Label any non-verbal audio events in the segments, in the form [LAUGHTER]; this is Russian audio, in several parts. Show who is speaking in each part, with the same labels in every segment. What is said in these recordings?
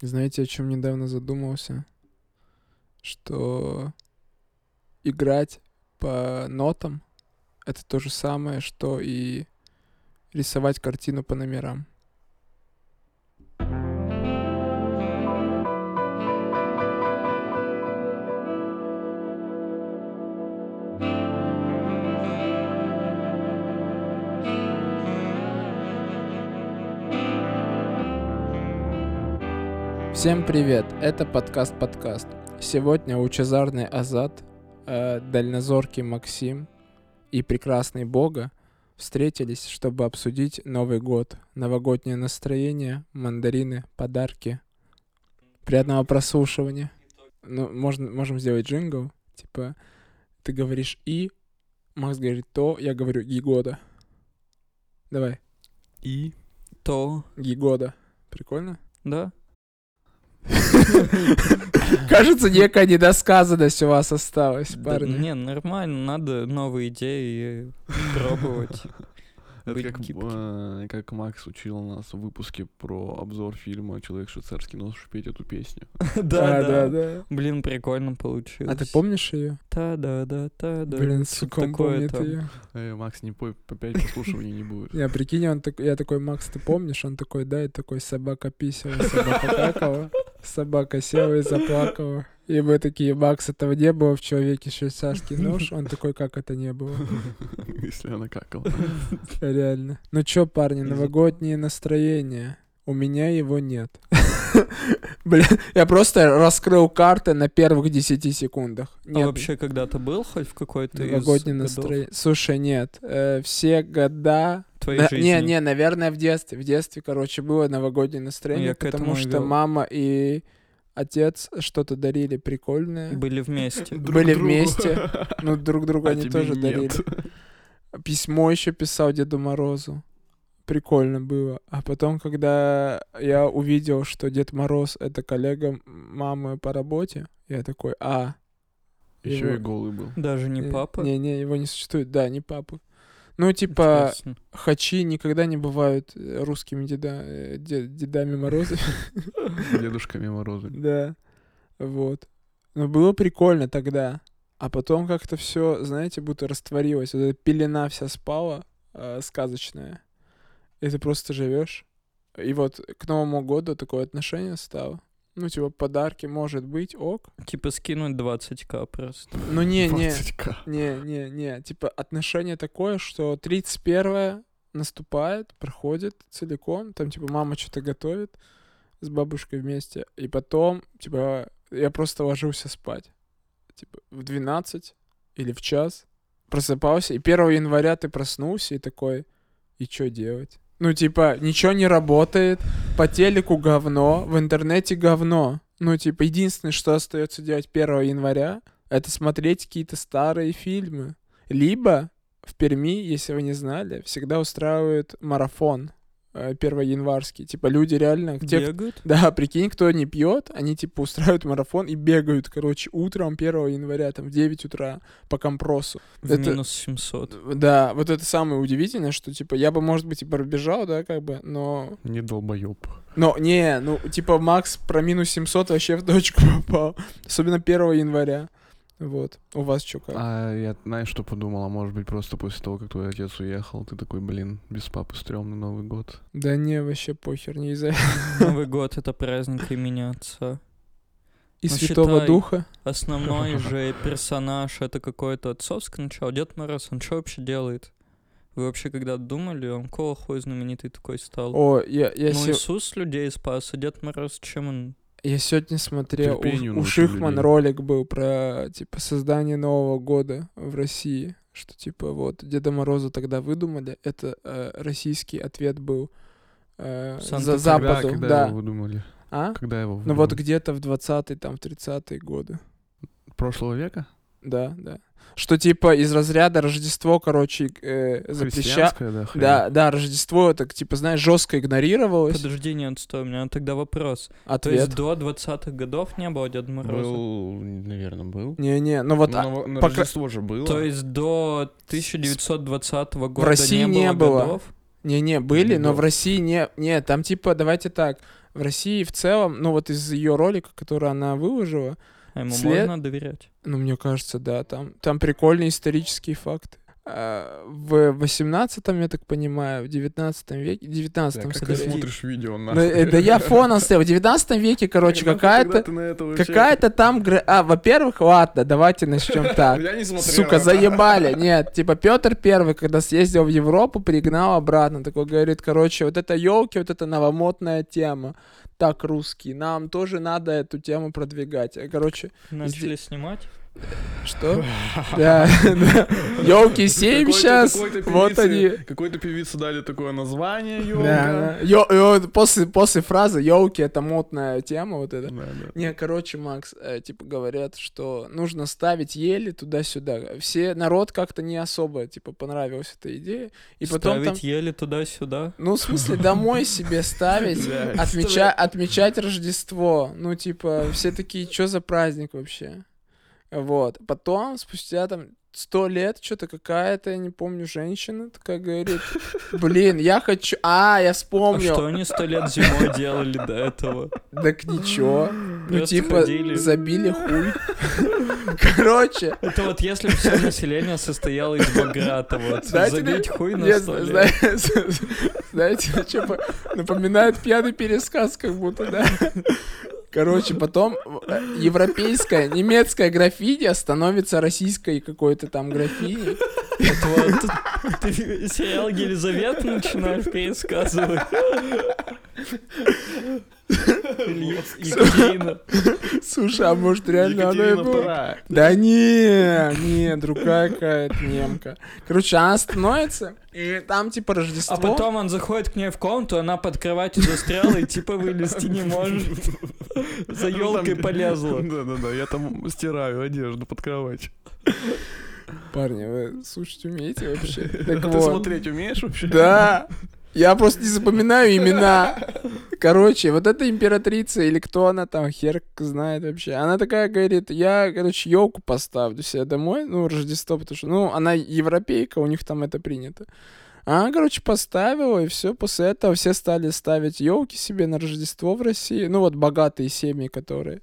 Speaker 1: Знаете, о чем недавно задумался? Что играть по нотам — это то же самое, что и рисовать картину по номерам. Всем привет, это подкаст-подкаст. Сегодня лучезарный Азат, э, дальнозоркий Максим и прекрасный Бога встретились, чтобы обсудить Новый год, новогоднее настроение, мандарины, подарки. Приятного прослушивания. Ну, можно, можем сделать джингл, типа ты говоришь «и», Макс говорит «то», я говорю «гигода». Давай,
Speaker 2: И то,
Speaker 1: «гигода». Прикольно?
Speaker 2: да?
Speaker 1: [LAUGHS] Кажется, некая недосказанность у вас осталась,
Speaker 2: Да
Speaker 1: парни.
Speaker 2: Не, нормально, надо новые идеи
Speaker 1: [LAUGHS]
Speaker 2: пробовать.
Speaker 3: [LAUGHS] Это
Speaker 2: Быть
Speaker 3: как,
Speaker 2: гибким.
Speaker 3: э, как Макс учил нас в выпуске про обзор фильма «Человек швейцарский нож» петь эту песню.
Speaker 2: Да, да, да.
Speaker 1: А, да.
Speaker 2: Блин, прикольно получилось.
Speaker 1: А ты помнишь ее?
Speaker 2: Та да да та да.
Speaker 1: Блин, сука, он помнит
Speaker 2: там.
Speaker 1: ее.
Speaker 3: Э, Макс, не пой, по пять прослушиваний не будет.
Speaker 1: Я прикинь, он так, я такой, Макс, ты помнишь? Он такой, да, и такой, собака писала, собака какала, собака села и заплакала. И мы такие, Макс, этого не было в человеке швейцарский нож. Он такой, как это не было?
Speaker 3: [LAUGHS] Если она какала.
Speaker 2: А
Speaker 1: Реально. Ну чё, парни,
Speaker 2: Из-за-
Speaker 1: новогоднее настроение. У меня его нет. [LAUGHS] Блин, я просто раскрыл карты на первых 10 секундах.
Speaker 2: А
Speaker 1: Нет,
Speaker 2: вообще когда-то был хоть в какой-то из
Speaker 1: новогоднее
Speaker 2: годов
Speaker 1: настроение. Слушай, нет. Э, все года...
Speaker 2: твоей
Speaker 1: На-
Speaker 2: жизни? Ну,
Speaker 1: Не, Э, не, наверное, в детстве. В детстве, короче, было новогоднее настроение,
Speaker 2: я к
Speaker 1: потому
Speaker 2: этому и
Speaker 1: что
Speaker 2: вел.
Speaker 1: мама и отец что-то дарили прикольное.
Speaker 2: Были вместе.
Speaker 3: Друг
Speaker 1: Были
Speaker 3: другу.
Speaker 1: вместе,
Speaker 3: [LAUGHS]
Speaker 1: Ну, друг другу
Speaker 3: А
Speaker 1: они
Speaker 3: тебе
Speaker 1: тоже
Speaker 3: нет.
Speaker 1: дарили. А Письмо еще писал Деду Морозу. Прикольно было. А потом, когда я увидел, что Дед Мороз — это коллега м- мамы по работе, я такой, а...
Speaker 3: Еще и
Speaker 1: его-
Speaker 3: голый был.
Speaker 2: Даже не папа.
Speaker 1: Не-не, его Э, не существует, да, не папа. Ну, типа,
Speaker 2: Интересно.
Speaker 1: хачи никогда не бывают э, русскими деда, э, де- дедами
Speaker 3: [LAUGHS]
Speaker 1: Морозами.
Speaker 3: Дедушками Морозами.
Speaker 1: Да. Вот. Но было прикольно тогда. А потом как-то все, знаете, будто растворилось. Вот эта пелена вся спала, э, сказочная. И ты просто живешь. И вот к Новому году такое отношение стало. Ну, типа, подарки, может быть, ок.
Speaker 2: Типа скинуть 20к просто.
Speaker 1: Ну, не, не.
Speaker 3: 20к.
Speaker 1: Не, не, не. Типа отношение такое, что 31 наступает, проходит целиком. Там, типа, мама что-то готовит с бабушкой вместе. И потом, типа, я просто ложился спать. Типа, в 12 или в час просыпался. И 1 января ты проснулся и такой, и что делать? Ну, типа, ничего не работает, по телеку говно, в интернете говно. Ну, типа, единственное, что остается делать 1 января, это смотреть какие-то старые фильмы. Либо в Перми, если вы не знали, всегда устраивают марафон 1 январский. Типа люди реально... Те, кто-
Speaker 2: Бегают?
Speaker 1: [LAUGHS] да, прикинь, кто не пьет, они типа устраивают марафон и бегают, короче, утром 1 января, там в 9 утра по компросу.
Speaker 2: В
Speaker 1: Это-
Speaker 2: минус 700.
Speaker 1: Да, вот это самое удивительное, что типа я бы, может быть, и пробежал, да, как бы, но...
Speaker 3: Не долбоеб.
Speaker 1: Но не, ну типа Макс про минус 700 вообще в точку [LAUGHS] попал. Особенно 1 января. Вот. У вас что как?
Speaker 3: А я, знаешь, что подумала? Может быть, просто после того, как твой отец уехал, ты такой, блин, без папы стрёмно Новый год.
Speaker 1: Да не, вообще похер, не
Speaker 2: [LAUGHS] Ну,
Speaker 1: из-за
Speaker 2: Новый год это праздник имени отца.
Speaker 1: И
Speaker 2: Ну,
Speaker 1: Святого
Speaker 2: считай.
Speaker 1: Духа.
Speaker 2: Основной же персонаж это какой-то отцовское начало. Дед Мороз, он что вообще делает? Вы вообще когда думали, он кого хуй знаменитый такой стал?
Speaker 1: О, я, я,
Speaker 2: ну,
Speaker 1: се-
Speaker 2: Иисус людей спас, а Дед Мороз чем он?
Speaker 1: я сегодня смотрел, у,
Speaker 3: Терпению
Speaker 1: у
Speaker 3: научил
Speaker 1: Шихман
Speaker 3: людей.
Speaker 1: ролик был про, типа, создание Нового года в России, что, типа, вот, Деда Мороза тогда выдумали, это э, российский ответ был э,
Speaker 2: Санта
Speaker 1: за
Speaker 2: Клаус.
Speaker 1: Западу,
Speaker 3: когда
Speaker 1: да.
Speaker 3: его выдумали?
Speaker 1: А?
Speaker 3: Когда его
Speaker 1: Ну вот
Speaker 3: выдумали?
Speaker 1: где-то в 20-е, там, в 30-е годы.
Speaker 3: Прошлого века?
Speaker 1: Да, да. Что, типа, из разряда Рождество, короче, э, запреща...
Speaker 3: Христианская, да, хрень.
Speaker 1: Да, да, Рождество, так, типа, знаешь, жестко игнорировалось.
Speaker 2: Подожди, не отстой, у меня тогда вопрос. То
Speaker 1: Ответ.
Speaker 2: есть до 20-х годов не было Деда Мороза?
Speaker 3: Был, наверное, был.
Speaker 1: Не-не, ну вот
Speaker 3: Ну,
Speaker 1: а,
Speaker 3: на, на
Speaker 1: пока-
Speaker 3: Рождество же было.
Speaker 2: То есть до 1920 года
Speaker 1: России
Speaker 2: не было,
Speaker 1: не было.
Speaker 2: годов?
Speaker 1: Не-не, были, но
Speaker 3: Да.
Speaker 1: в России не... Не, там типа, давайте так, в России в целом, ну вот из ее ролика, который она выложила,
Speaker 2: А ему
Speaker 1: След-
Speaker 2: можно доверять?
Speaker 1: ну, мне кажется, да, там, там прикольные исторические факты. А, В 18 я так понимаю, в 19 веке, 19
Speaker 3: как ты
Speaker 1: скорее.
Speaker 3: смотришь видео
Speaker 1: Ну, э, Да я
Speaker 3: [LAUGHS]
Speaker 1: фоном стоял. В 19 веке, короче, какая-то... Какая-то там... гра- А, во-первых, ладно, давайте начнем так.
Speaker 3: Ну, Я не смотрел.
Speaker 1: Сука,
Speaker 3: [LAUGHS]
Speaker 1: заебали. Нет, типа Петр Первый, когда съездил в Европу, пригнал обратно. Такой говорит, короче, вот это елки, вот это новомодная тема. Так, русские, нам тоже надо эту тему продвигать. Э, Короче,
Speaker 2: Начали снимать?
Speaker 1: что? Да, [LAUGHS] елки 7
Speaker 3: Какой-то-
Speaker 1: сейчас,
Speaker 3: какой-то
Speaker 1: вот они.
Speaker 3: певице- Какой-то певице дали такое название, ёлка.
Speaker 1: Да, да. Йо- и вот После после фразы елки это модная тема, вот это.
Speaker 3: Да, да.
Speaker 1: Не, короче, Макс, э, типа говорят, что нужно ставить ели туда-сюда. Все народ как-то не особо, типа, понравилась эта идея. И потом там...
Speaker 2: Ставить еле туда-сюда?
Speaker 1: Ну, в смысле, домой себе
Speaker 2: [LAUGHS]
Speaker 1: ставить,
Speaker 3: Да.
Speaker 1: отмеча- отмечать Рождество. Ну, типа, все такие, что за праздник вообще? Вот. Потом, спустя там сто лет, что-то какая-то, я не помню, женщина такая говорит, блин, я хочу... А, я
Speaker 2: А что
Speaker 1: вспомнил.
Speaker 2: они сто лет зимой делали до этого?
Speaker 1: Так ничего. Ну,
Speaker 2: Просто
Speaker 1: типа,
Speaker 2: ходили.
Speaker 1: забили хуй. Короче,
Speaker 2: Это вот если бы все население состояло из Баграта, вот.
Speaker 1: Знаете,
Speaker 2: Забить хуй на
Speaker 1: Нет,
Speaker 2: сто
Speaker 1: зна-
Speaker 2: лет.
Speaker 1: зна- знаете, что по- напоминает пьяный пересказ, как будто, да? Короче, потом э, европейская, немецкая графиня становится российской какой-то там графиней.
Speaker 2: Вот, вот ты сериал Елизавета начинаешь пересказывать. Или Екатерина.
Speaker 1: Слушай, а может реально она и
Speaker 3: Екатерина
Speaker 1: была?
Speaker 3: вторая.
Speaker 1: Да не, не, другая какая-то немка. Короче, она становится, и там типа Рождество.
Speaker 2: А потом он заходит к ней в комнату, она под кроватью застряла и типа вылезти не может. За
Speaker 3: Ну,
Speaker 2: елкой
Speaker 3: там- [LAUGHS]
Speaker 2: полезла.
Speaker 3: Да-да-да, я там стираю одежду под кровать.
Speaker 1: Парни, вы слушать умеете
Speaker 2: [LAUGHS]
Speaker 1: вообще?
Speaker 2: А
Speaker 3: А Ты
Speaker 1: Так вот.
Speaker 3: смотреть умеешь вообще?
Speaker 1: Да. Я просто не запоминаю имена. Короче, вот эта императрица или кто она там, хер знает вообще. Она такая говорит, я, короче, елку поставлю себе домой, ну, Рождество, потому что, ну, она европейка, у них там это принято. Она, короче, поставила, и все, после этого все стали ставить елки себе на Рождество в России. Ну, вот богатые семьи, которые.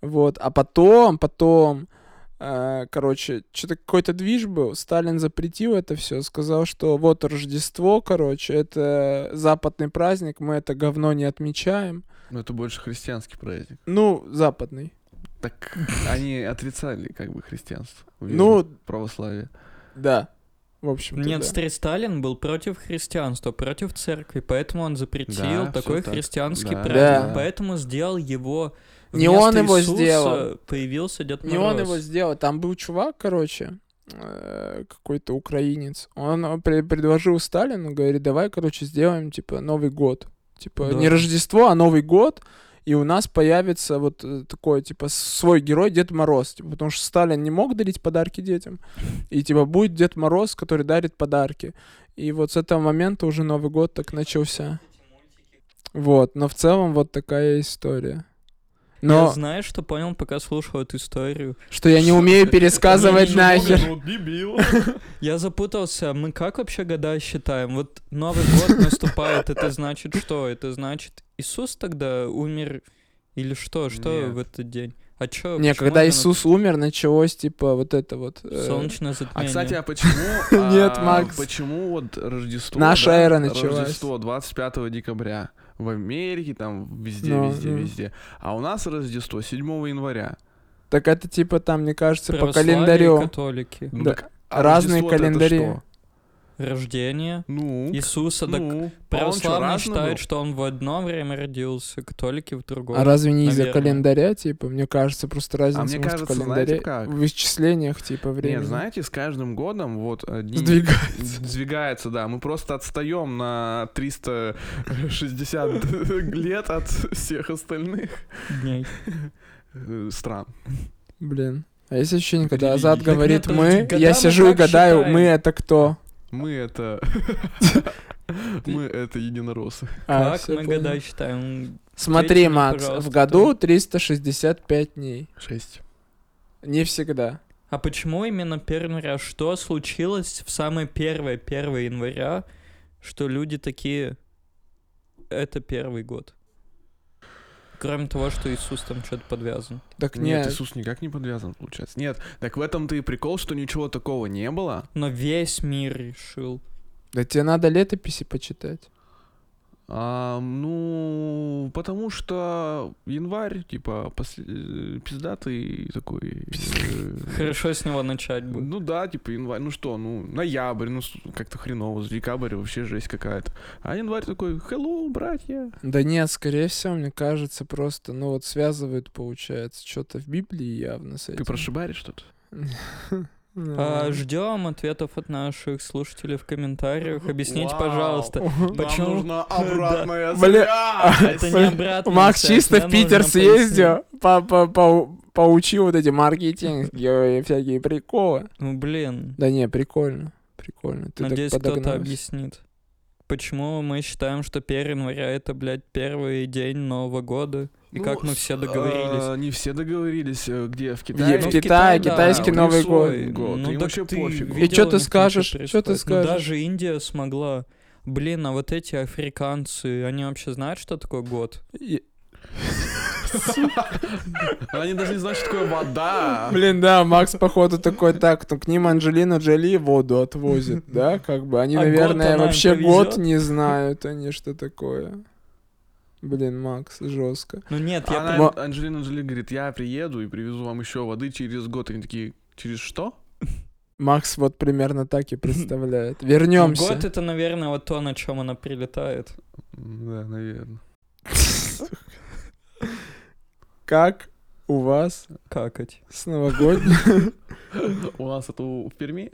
Speaker 1: Вот, а потом, потом, э, короче, что-то какой-то движ был, Сталин запретил это все, сказал, что вот Рождество, короче, это западный праздник, мы это говно не отмечаем.
Speaker 3: Ну это больше христианский праздник.
Speaker 1: Ну, западный.
Speaker 3: Так они отрицали как бы христианство.
Speaker 1: Ну,
Speaker 3: Веру в православие.
Speaker 1: да. В общем,
Speaker 2: Нет, смотри, Сталин был против христианства, против церкви, поэтому он запретил
Speaker 3: Да, всё
Speaker 2: такой
Speaker 3: так.
Speaker 2: христианский
Speaker 3: Да,
Speaker 2: праздник,
Speaker 1: да.
Speaker 2: поэтому сделал его...
Speaker 1: Не
Speaker 2: вместо
Speaker 1: он его
Speaker 2: Иисуса
Speaker 1: сделал.
Speaker 2: Появился Дед
Speaker 1: Не
Speaker 2: Мороз.
Speaker 1: он его сделал. Там был чувак, короче, э, какой-то украинец. Он э, пре- предложил Сталину, говорит, давай, короче, сделаем, типа, Новый год. Типа,
Speaker 2: Да.
Speaker 1: не Рождество, а Новый год. И у нас появится вот э, такой, типа, свой герой Дед Мороз. Типа, потому что Сталин не мог дарить подарки детям. И, типа, будет Дед Мороз, который дарит подарки. И вот с этого момента уже Новый год так начался. Вот, но в целом вот такая история.
Speaker 2: Я
Speaker 1: Но
Speaker 2: знаешь, что понял, пока слушал эту историю?
Speaker 1: что я не умею пересказывать
Speaker 2: Ничего не
Speaker 1: нахер.
Speaker 2: [LAUGHS] Я запутался, мы как вообще года считаем? Вот Новый год наступает, это значит что? Это значит Иисус тогда умер или что? Что
Speaker 3: Нет.
Speaker 2: в этот день? А чё?
Speaker 1: Не,
Speaker 2: почему
Speaker 1: когда
Speaker 2: именно
Speaker 1: Иисус умер, началось, типа, вот это вот... э,
Speaker 2: Солнечное
Speaker 3: А
Speaker 2: затмение.
Speaker 3: кстати,
Speaker 1: [LAUGHS]
Speaker 3: а почему? а,
Speaker 1: Нет, Макс.
Speaker 3: Почему вот Рождество?
Speaker 1: Наша
Speaker 3: да,
Speaker 1: эра началась.
Speaker 3: Рождество 25 декабря в Америке там везде,
Speaker 1: Ну,
Speaker 3: везде,
Speaker 1: ну.
Speaker 3: везде. А у нас Рождество 7 января.
Speaker 1: Так это, типа, там, мне кажется, по
Speaker 2: Православие и
Speaker 1: календарю.
Speaker 2: католики.
Speaker 3: Ну
Speaker 1: Да.
Speaker 3: так, а
Speaker 1: Разные
Speaker 3: Рождество-то это
Speaker 1: календари.
Speaker 3: что?
Speaker 2: Рождение
Speaker 3: Ну,
Speaker 2: Иисуса. Так
Speaker 3: ну,
Speaker 2: православные считают,
Speaker 3: считают,
Speaker 2: что он в одно время родился, католики в другое.
Speaker 1: А разве не из-за
Speaker 2: наверное.
Speaker 1: календаря, типа? Мне кажется, просто разница
Speaker 3: А мне
Speaker 1: может,
Speaker 3: кажется,
Speaker 1: в
Speaker 3: знаете
Speaker 1: календаре,
Speaker 3: как?
Speaker 1: в исчислениях, типа, времени.
Speaker 3: Нет, знаете, с каждым годом вот одни...
Speaker 1: Сдвигается.
Speaker 3: Сдвигается, да. Мы просто отстаем на 360 [LAUGHS] лет от всех остальных
Speaker 2: Дней.
Speaker 3: э, стран.
Speaker 1: Блин. А есть ощущение, когда
Speaker 3: Религии.
Speaker 1: Азат
Speaker 3: Так
Speaker 1: говорит
Speaker 2: нет,
Speaker 1: «мы»,
Speaker 2: года
Speaker 1: я
Speaker 2: мы
Speaker 1: сижу и
Speaker 2: так
Speaker 1: гадаю,
Speaker 2: считаем.
Speaker 1: мы это кто?
Speaker 3: Мы это... Мы это единороссы.
Speaker 1: А,
Speaker 2: как
Speaker 1: всё
Speaker 2: мы
Speaker 1: понял.
Speaker 2: года считаем?
Speaker 1: Смотри,
Speaker 2: Ответьте мне,
Speaker 1: Макс, в
Speaker 2: пожалуйста.
Speaker 1: году 365 дней.
Speaker 3: Шесть.
Speaker 1: Не всегда.
Speaker 2: А почему именно 1 января? Что случилось в самое первое, 1 января, что люди такие, это первый год. Кроме того, что Иисус там что-то подвязан.
Speaker 1: Так
Speaker 3: Нет,
Speaker 1: нет,
Speaker 3: Иисус никак не подвязан, получается. Нет, так в этом-то и прикол, что ничего такого не было.
Speaker 2: Но весь мир решил.
Speaker 1: да тебе надо летописи почитать.
Speaker 3: А, ну, потому что январь, типа, после- э, пиздатый такой. э,
Speaker 2: Хорошо с него начать будет.
Speaker 3: Ну да, типа январь, ну что, ну ноябрь, ну с- как-то хреново, с декабрь вообще жесть какая-то. А январь такой, hello, братья.
Speaker 1: Да нет, скорее всего, мне кажется, просто, ну вот связывают, получается, что-то в Библии явно с этим. Ну,
Speaker 3: Ты про шибари что-то?
Speaker 2: А,
Speaker 1: Нормально. [LAUGHS]
Speaker 2: ждем ответов от наших слушателей в комментариях. Объясните,
Speaker 3: Вау.
Speaker 2: пожалуйста. Почему?
Speaker 3: нужна
Speaker 2: обратная
Speaker 1: связь.
Speaker 2: Это не обратно.
Speaker 1: Макс чисто в Питер съездил, по- по- по- поучил вот эти [LAUGHS] маркетинговые всякие приколы.
Speaker 2: Ну, блин.
Speaker 1: Да не, прикольно, прикольно. Ты
Speaker 2: Надеюсь,
Speaker 1: так
Speaker 2: кто-то
Speaker 1: подогнался.
Speaker 2: объяснит. Почему мы считаем, что 1 января это, блядь, первый день Нового года? И как мы все договорились?
Speaker 3: Ну, а, Не все договорились, э, где в
Speaker 1: Где
Speaker 3: Китае.
Speaker 1: в
Speaker 2: Ну,
Speaker 1: Китае, китайский
Speaker 2: у них
Speaker 1: Новый
Speaker 2: свой
Speaker 3: год. Год, им
Speaker 2: Ну, так
Speaker 3: вообще
Speaker 2: ты
Speaker 3: пофигу.
Speaker 2: видела,
Speaker 1: И чё ты
Speaker 2: у них там
Speaker 1: скажешь?
Speaker 2: что
Speaker 1: Чё ты
Speaker 2: происходит? Ну,
Speaker 1: скажешь?
Speaker 2: даже Индия смогла. Блин, а вот эти африканцы, они вообще знают, что такое год?
Speaker 3: Ну,
Speaker 1: И-
Speaker 3: Они даже не знают, что такое вода.
Speaker 1: Блин, да, Макс, походу, такой так, ну, к ним Анджелина Джоли воду отвозит, да, как бы. Они,
Speaker 2: А год
Speaker 1: наверное,
Speaker 2: она им
Speaker 1: вообще
Speaker 2: повезёт?
Speaker 1: год не знают они, что такое. Блин, Макс, жестко.
Speaker 2: Ну нет, я...
Speaker 3: Она,
Speaker 1: понимаю.
Speaker 3: Анджелина Джоли говорит, я приеду и привезу вам еще воды через год. Они такие, через что?
Speaker 1: Макс вот примерно так и
Speaker 2: [LAUGHS]
Speaker 1: представляет.
Speaker 2: Ну,
Speaker 1: Вернемся.
Speaker 2: Год это, наверное, вот то, на чем она прилетает.
Speaker 3: М, Да, наверное.
Speaker 1: [LAUGHS] Как у вас
Speaker 2: Какать.
Speaker 1: с новогодним?
Speaker 3: У нас это у- в Перми?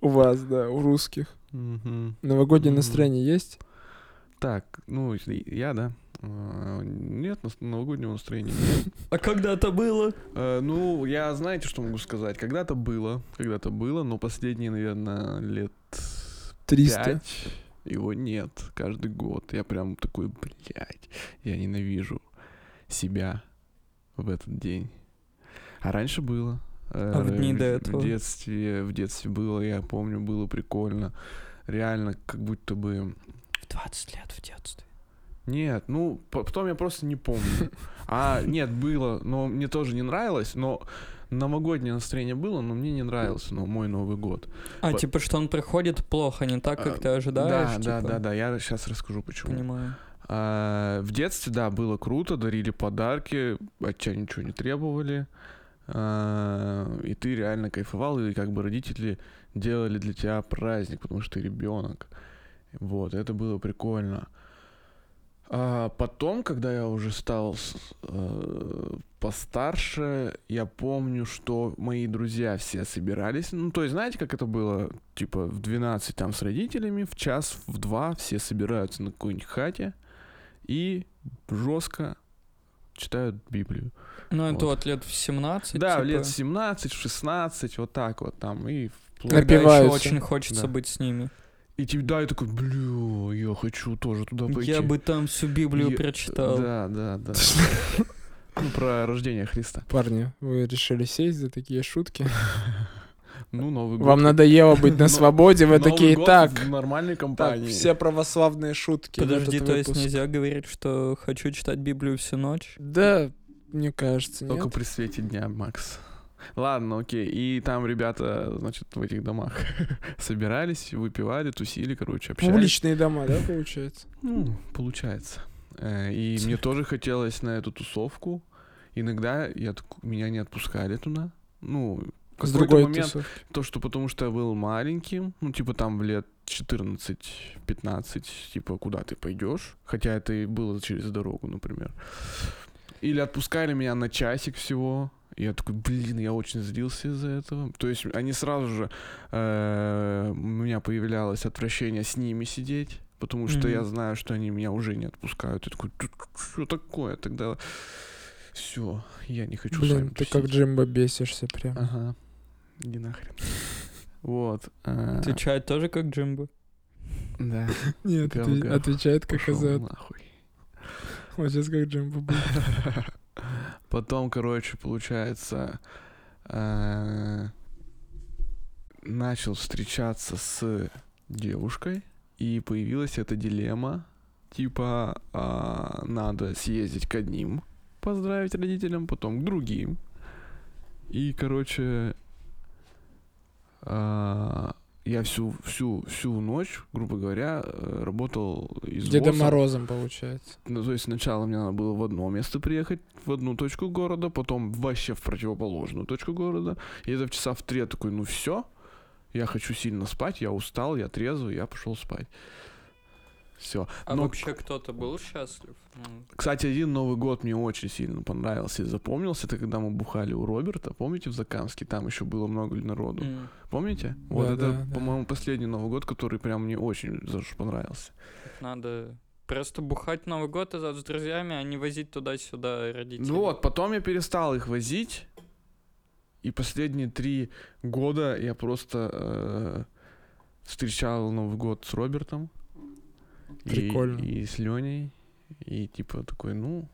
Speaker 1: У вас, да, у русских.
Speaker 3: Мгм.
Speaker 1: Новогоднее
Speaker 3: Мгм.
Speaker 1: настроение есть?
Speaker 3: Так, ну, и- я, да. А, Нет, нас- новогоднего настроения
Speaker 2: А когда это было?
Speaker 3: Э, Ну, я знаете, что могу сказать? Когда-то было, когда-то было, но последние, наверное, лет
Speaker 1: 300.
Speaker 3: пять его нет каждый год. Я прям такой, блядь, я ненавижу себя в этот день. А раньше было. Э,
Speaker 2: А в дни до
Speaker 3: в-
Speaker 2: этого?
Speaker 3: В детстве, в детстве было, я помню, было прикольно. Реально, как будто бы...
Speaker 2: В 20 лет в детстве.
Speaker 3: Нет, ну, по- потом я просто не помню. А, нет, было, но мне тоже не нравилось, но новогоднее настроение было, но мне не нравился но мой Новый год.
Speaker 2: А,
Speaker 3: По-
Speaker 2: типа, что он проходит плохо, не так, как
Speaker 3: А,
Speaker 2: ты ожидаешь.
Speaker 3: да, да,
Speaker 2: типа?
Speaker 3: да, да, я сейчас расскажу, почему.
Speaker 2: Понимаю.
Speaker 3: А, в детстве, да, было круто, дарили подарки, от тебя ничего не требовали. А, и ты реально кайфовал, и как бы родители делали для тебя праздник, потому что ты ребенок. Вот, это было прикольно. А потом, когда я уже стал с- э, постарше, я помню, что мои друзья все собирались. Ну, то есть, знаете, как это было? Типа в 12 там с родителями, в час, в два все собираются на какой-нибудь хате и жестко читают Библию.
Speaker 2: Ну, это
Speaker 3: Вот.
Speaker 2: вот лет в 17,
Speaker 3: да,
Speaker 2: типа,
Speaker 3: лет 17-16, вот так вот там, и вплоть
Speaker 2: когда еще
Speaker 1: Напиваются.
Speaker 2: очень хочется
Speaker 3: Да.
Speaker 2: быть с ними.
Speaker 3: И тебе, да, я такой, блю, я хочу тоже туда пойти.
Speaker 2: Я бы там всю Библию
Speaker 3: Ну, Е- э,
Speaker 2: прочитал.
Speaker 3: Да, да,
Speaker 1: [LAUGHS]
Speaker 3: да. Ну, про рождение Христа.
Speaker 1: Парни, вы решили сесть за такие шутки?
Speaker 3: Ну, Новый год.
Speaker 1: Вам надоело быть на
Speaker 3: Но-
Speaker 1: свободе, вы
Speaker 3: Новый
Speaker 1: такие
Speaker 3: год
Speaker 1: так.
Speaker 3: В нормальной
Speaker 1: Так,
Speaker 3: компании.
Speaker 1: все православные шутки. в
Speaker 2: Подожди,
Speaker 1: этот
Speaker 2: то есть
Speaker 1: выпуск.
Speaker 2: нельзя говорить, что хочу читать Библию всю ночь?
Speaker 1: Да, мне кажется,
Speaker 3: Только
Speaker 1: нет.
Speaker 3: при свете дня, Макс. Ладно, окей. И там ребята, значит, в этих домах [LAUGHS] собирались, выпивали, тусили, короче, общались.
Speaker 1: Публичные дома, да, получается?
Speaker 3: Ну, получается. Э, И мне тоже хотелось на эту тусовку. Иногда я, таку- меня не отпускали туда. Ну, в
Speaker 1: С
Speaker 3: какой-то
Speaker 1: другой
Speaker 3: момент
Speaker 1: тусовки.
Speaker 3: То, что потому что я был маленьким, ну, типа там в лет 14-15, типа, куда ты пойдешь? Хотя это и было через дорогу, например. Или отпускали меня на часик всего. И Я такой, блин, я очень злился из-за этого. То есть они сразу же... э, у меня появлялось отвращение с ними сидеть, потому что я
Speaker 2: Мгм.
Speaker 3: знаю, что они меня уже не отпускают. Я такой, что такое? Тогда все, я не хочу с
Speaker 1: Блин,
Speaker 3: вами
Speaker 1: ты
Speaker 3: тусить».
Speaker 1: как Джимбо бесишься прям.
Speaker 3: Ага. Не нахрен. Вот. а,
Speaker 2: Отвечает тоже как Джимбо.
Speaker 3: [LAUGHS] Да.
Speaker 1: [LAUGHS] Нет,
Speaker 3: Гав,
Speaker 1: отве-
Speaker 3: гав.
Speaker 1: отвечает как
Speaker 3: пошёл
Speaker 1: азат.
Speaker 3: нахуй.
Speaker 1: Вот сейчас как Джимбо будет.
Speaker 3: Потом, короче, получается, э, начал встречаться с девушкой. И появилась эта дилемма, типа а, надо съездить к одним, поздравить родителям, потом к другим. И, короче, а, я всю, всю, всю ночь, грубо говоря, э, работал [LAUGHS] из
Speaker 1: Дедом
Speaker 3: ВОСа.
Speaker 1: Морозом, получается.
Speaker 3: Ну, то есть сначала мне надо было в одно место приехать, в одну точку города, потом вообще в противоположную точку города. И это в часа в три я такой, ну все, я хочу сильно спать, я устал, я трезвый, я пошел спать. Все.
Speaker 2: А
Speaker 3: Но,
Speaker 2: вообще кто-то был счастлив? Ну,
Speaker 3: кстати, один Новый год мне очень сильно понравился и запомнился. Это когда мы бухали у Роберта, помните, в Закамске? Там еще было много народу.
Speaker 2: м.
Speaker 3: Помните? Вот
Speaker 1: Да,
Speaker 3: это,
Speaker 1: да, да.
Speaker 3: по-моему, последний Новый год, который прям мне очень заш- понравился.
Speaker 2: Надо просто бухать Новый год и за- с друзьями, а не возить туда-сюда родителей.
Speaker 3: Ну вот, потом я перестал их возить. И последние три года я просто э, встречал Новый год с Робертом. И-
Speaker 1: Прикольно.
Speaker 3: И, с Леней. И типа такой, ну...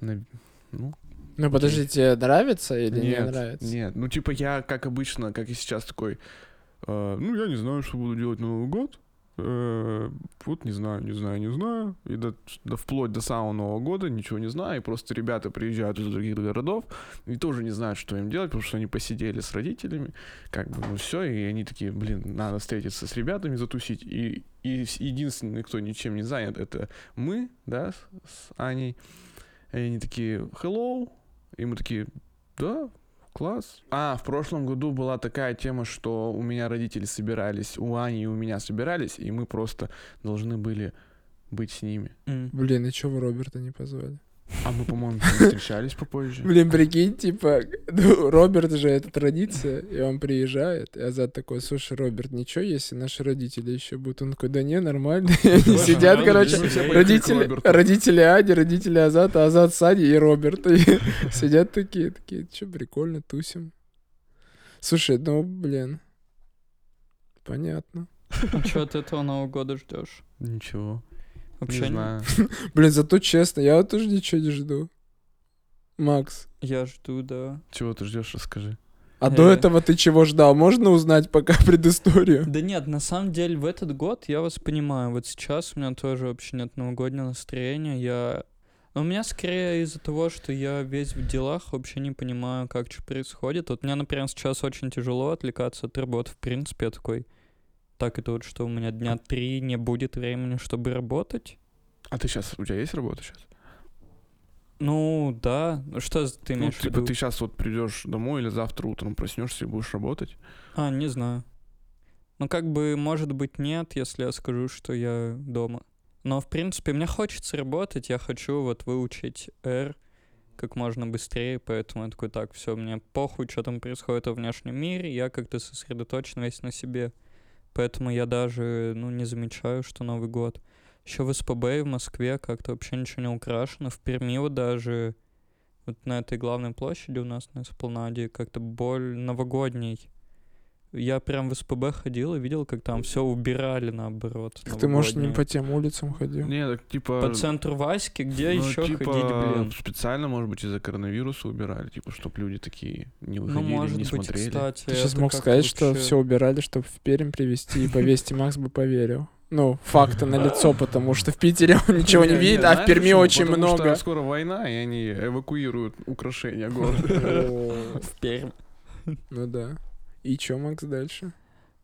Speaker 3: на- ну,
Speaker 1: Ну, подождите, нравится или не
Speaker 3: нет,
Speaker 1: нравится?
Speaker 3: Нет, ну типа я, как обычно, как и сейчас, такой, э, ну я не знаю, что буду делать на Новый год. Э, вот не знаю, не знаю, не знаю. И до, до- вплоть до самого Нового года ничего не знаю. И просто ребята приезжают из других городов и тоже не знают, что им делать, потому что они посидели с родителями. Как бы, ну все, и они такие, блин, надо встретиться с ребятами, затусить. И, и с- единственный, кто ничем не занят, это мы, да, с, с Аней. И они такие, hello. И мы такие, да, класс. А, в прошлом году была такая тема, что у меня родители собирались, у Ани и у меня собирались, и мы просто должны были быть с ними.
Speaker 2: М.
Speaker 1: Блин, и чё вы Роберта не позвали?
Speaker 3: А мы, по-моему, с ним встречались попозже.
Speaker 1: Блин, прикинь, типа, [LAUGHS] ну, Роберт же это традиция, и он приезжает, и Азат такой, слушай, Роберт, ничего, если наши родители еще будут? Он такой, да не, нормально. И [LAUGHS] они
Speaker 2: Слушай,
Speaker 1: сидят,
Speaker 2: надо
Speaker 1: короче,
Speaker 2: же,
Speaker 3: все
Speaker 1: родители,
Speaker 3: поехали к Роберту.
Speaker 1: родители Ади, родители Азата, Азат с Адей и Роберт. И [LAUGHS] сидят такие, такие, че, прикольно, тусим. Слушай, ну, блин, понятно.
Speaker 2: А чё от этого Нового года ждешь?
Speaker 3: Ничего.
Speaker 2: Вообще
Speaker 3: Не
Speaker 2: не-
Speaker 3: знаю.
Speaker 1: Блин, зато честно, я вот тоже ничего не жду. Макс,
Speaker 2: Я жду, да.
Speaker 3: Чего ты ждешь, расскажи.
Speaker 1: а до
Speaker 2: Э.
Speaker 1: этого ты чего ждал? Можно узнать пока [LAUGHS] предысторию?
Speaker 2: Да нет, на самом деле в этот год я вас понимаю. Вот сейчас у меня тоже вообще нет новогоднего настроения. Я... Но у меня скорее из-за того, что я весь в делах, вообще не понимаю, как что происходит. Вот мне, например, сейчас очень тяжело отвлекаться от работы. В принципе, я такой... Так это вот, что у меня дня три не будет времени, чтобы работать.
Speaker 3: А ты сейчас, у тебя есть работа сейчас?
Speaker 2: Ну, да. Ну, Что ты
Speaker 3: Ну,
Speaker 2: имеешь в
Speaker 3: типа
Speaker 2: виду?
Speaker 3: ты сейчас вот придешь домой или завтра утром проснешься и будешь работать?
Speaker 2: А, не знаю. Ну, как бы, может быть, нет, если я скажу, что я дома. Но, в принципе, мне хочется работать, я хочу вот выучить R как можно быстрее, поэтому я такой, так, все, мне похуй, что там происходит во внешнем мире, я как-то сосредоточен весь на себе. Поэтому я даже, ну, не замечаю, что Новый год. Еще в СПБ и в Москве как-то вообще ничего не украшено. В Перми вот даже вот на этой главной площади у нас на Эспланаде как-то боль новогодний. Я прям в СПБ ходил и видел, как там все убирали наоборот.
Speaker 1: Так ты, может, не
Speaker 2: новогоднее.
Speaker 1: по тем улицам ходил?
Speaker 3: Не, так типа...
Speaker 2: По центру Васьки, где
Speaker 3: ну,
Speaker 2: еще
Speaker 3: типа,
Speaker 2: ходить, блин?
Speaker 3: Специально, может быть, из-за коронавируса убирали, типа, чтобы люди такие не выходили,
Speaker 2: Ну, может
Speaker 3: не
Speaker 2: быть,
Speaker 3: смотрели.
Speaker 2: кстати.
Speaker 1: Ты сейчас
Speaker 2: это
Speaker 1: мог
Speaker 2: как-то
Speaker 1: сказать, что
Speaker 2: вообще-
Speaker 1: все убирали, чтобы в Пермь привезти и повесить, и Макс бы поверил. Ну, факты на лицо, потому что в Питере он ничего не
Speaker 3: Не, не,
Speaker 1: видит, а в
Speaker 3: знаешь
Speaker 1: Перми
Speaker 3: почему?
Speaker 1: очень
Speaker 3: Потому что
Speaker 1: много.
Speaker 3: скоро война, и они эвакуируют украшения
Speaker 1: [LAUGHS]
Speaker 3: города.
Speaker 2: В Пермь.
Speaker 1: Ну да. И чё, Макс, дальше?